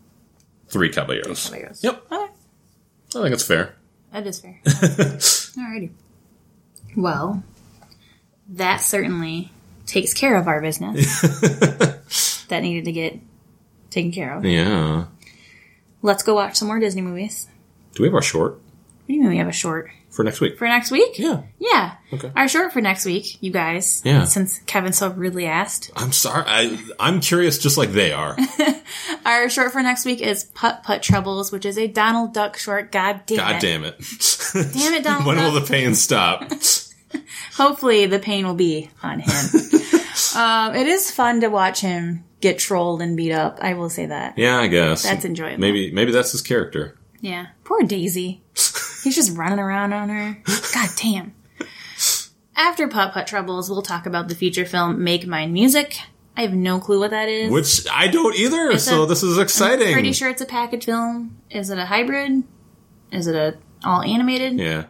S3: Three Caballeros.
S2: Caballeros.
S3: Yep,
S2: Okay,
S3: I think it's fair.
S2: that is fair. Alrighty. Well, that certainly takes care of our business that needed to get taken care of.
S3: Yeah.
S2: Let's go watch some more Disney movies.
S3: Do we have our short?
S2: What do you mean we have a short
S3: for next week.
S2: for next week?
S3: Yeah.
S2: Yeah.
S3: Okay.
S2: Our short for next week, you guys.
S3: Yeah.
S2: Since Kevin so rudely asked.
S3: I'm sorry. I I'm curious just like they are.
S2: Our short for next week is Putt Putt Troubles, which is a Donald Duck short. God damn
S3: God
S2: it.
S3: damn it.
S2: Damn it, Donald
S3: when
S2: Duck.
S3: will the pain stop?
S2: Hopefully the pain will be on him. um, it is fun to watch him get trolled and beat up. I will say that.
S3: Yeah, I guess.
S2: That's enjoyable.
S3: Maybe maybe that's his character.
S2: Yeah. Poor Daisy. He's just running around on her. God damn. After Putt Putt Troubles, we'll talk about the feature film Make Mine Music. I have no clue what that is.
S3: Which I don't either, so
S2: a-
S3: this is exciting.
S2: Pretty sure it's a package film. Is it a hybrid? Is it a all animated?
S3: Yeah.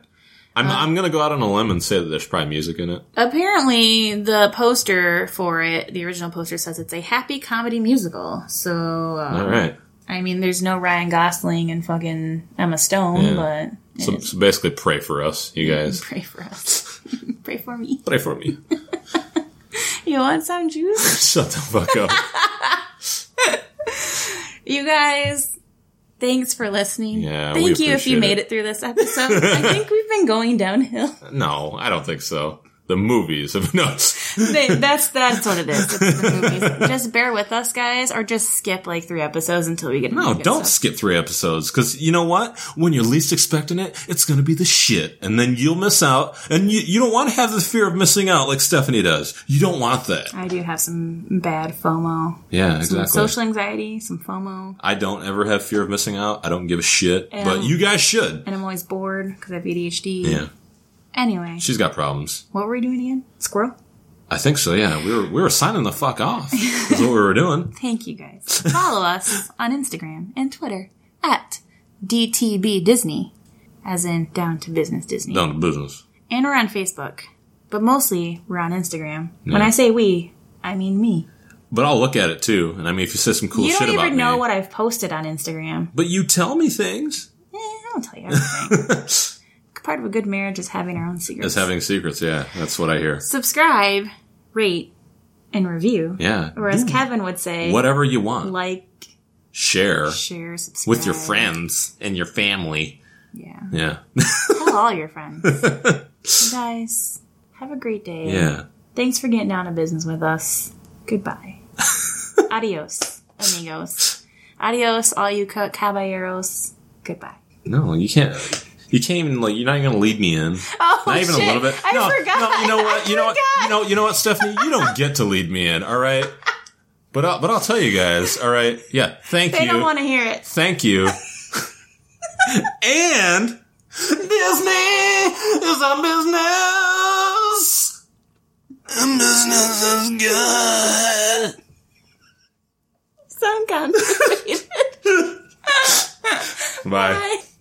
S3: I'm I'm gonna go out on a limb and say that there's probably music in it.
S2: Apparently, the poster for it, the original poster, says it's a happy comedy musical. So, uh,
S3: All right.
S2: I mean, there's no Ryan Gosling and fucking Emma Stone,
S3: Yeah.
S2: but
S3: So, so basically pray for us, you guys.
S2: pray for us. pray for me.
S3: Pray for me.
S2: You want some juice?
S3: Shut the fuck up.
S2: You guys, thanks for listening.
S3: Yeah, we
S2: Thank you if you
S3: appreciate
S2: made
S3: it.
S2: it through this episode. I think we've been going downhill.
S3: No, I don't think so. The movies have no
S2: They- that's that's what it is. It's the movies. Just bear with us, guys, or just skip like three episodes until we get. into
S3: No,
S2: the good
S3: don't
S2: stuff.
S3: skip three episodes because you know what? When you're least expecting it, it's going to be the shit, and then you'll miss out. And you, you don't want to have the fear of missing out like Stephanie does. You don't want that.
S2: I do have some bad FOMO,
S3: Yeah,
S2: some
S3: exactly.
S2: social anxiety, some FOMO,
S3: I don't ever have fear of missing out. I don't give a shit,
S2: Yeah.
S3: but you guys should.
S2: and I'm always bored because I have ADHD.
S3: Yeah,
S2: Anyway,
S3: she's got problems.
S2: what were we doing again? Squirrel.
S3: I think so. Yeah, we were we were signing the fuck off. Is what we were doing.
S2: Thank you guys. Follow us on Instagram and Twitter at DTB Disney, as in down to business Disney.
S3: Down to business.
S2: And we're on Facebook, but mostly we're on Instagram. When
S3: Yeah.
S2: I say we, I mean me.
S3: But I'll look at it too, and I mean, if you say some cool
S2: you
S3: shit
S2: don't
S3: about
S2: even know
S3: me,
S2: what I've posted on Instagram.
S3: but you tell me things
S2: Eh, I don't tell you everything. Part of a good marriage is having our own secrets.
S3: as having secrets. Yeah, that's what I hear.
S2: Subscribe, rate, and review.
S3: Yeah,
S2: Or as Kevin would say,
S3: whatever you want.
S2: like,
S3: share
S2: share, subscribe.
S3: with your friends and your family.
S2: Yeah.
S3: Yeah.
S2: Tell all your friends. you guys, have a great day.
S3: Yeah.
S2: Thanks for getting down to business with us. Goodbye. Adios, amigos. Adios, all you ca- caballeros. Goodbye.
S3: No, you can't. You can't even like. You're not even gonna lead me in.
S2: Oh,
S3: Not even a little bit.
S2: I
S3: no,
S2: forgot.
S3: No, you know what?
S2: I
S3: you know what?
S2: forgot.
S3: You know. You know what, Stephanie? You don't get to lead me in. All right. But I'll, but I'll tell you guys. All right. Yeah. Thank
S2: They
S3: you.
S2: don't want to hear it.
S3: Thank you. and Disney is a business. And business is good.
S2: So uncomplicated.
S3: Bye.
S2: Bye.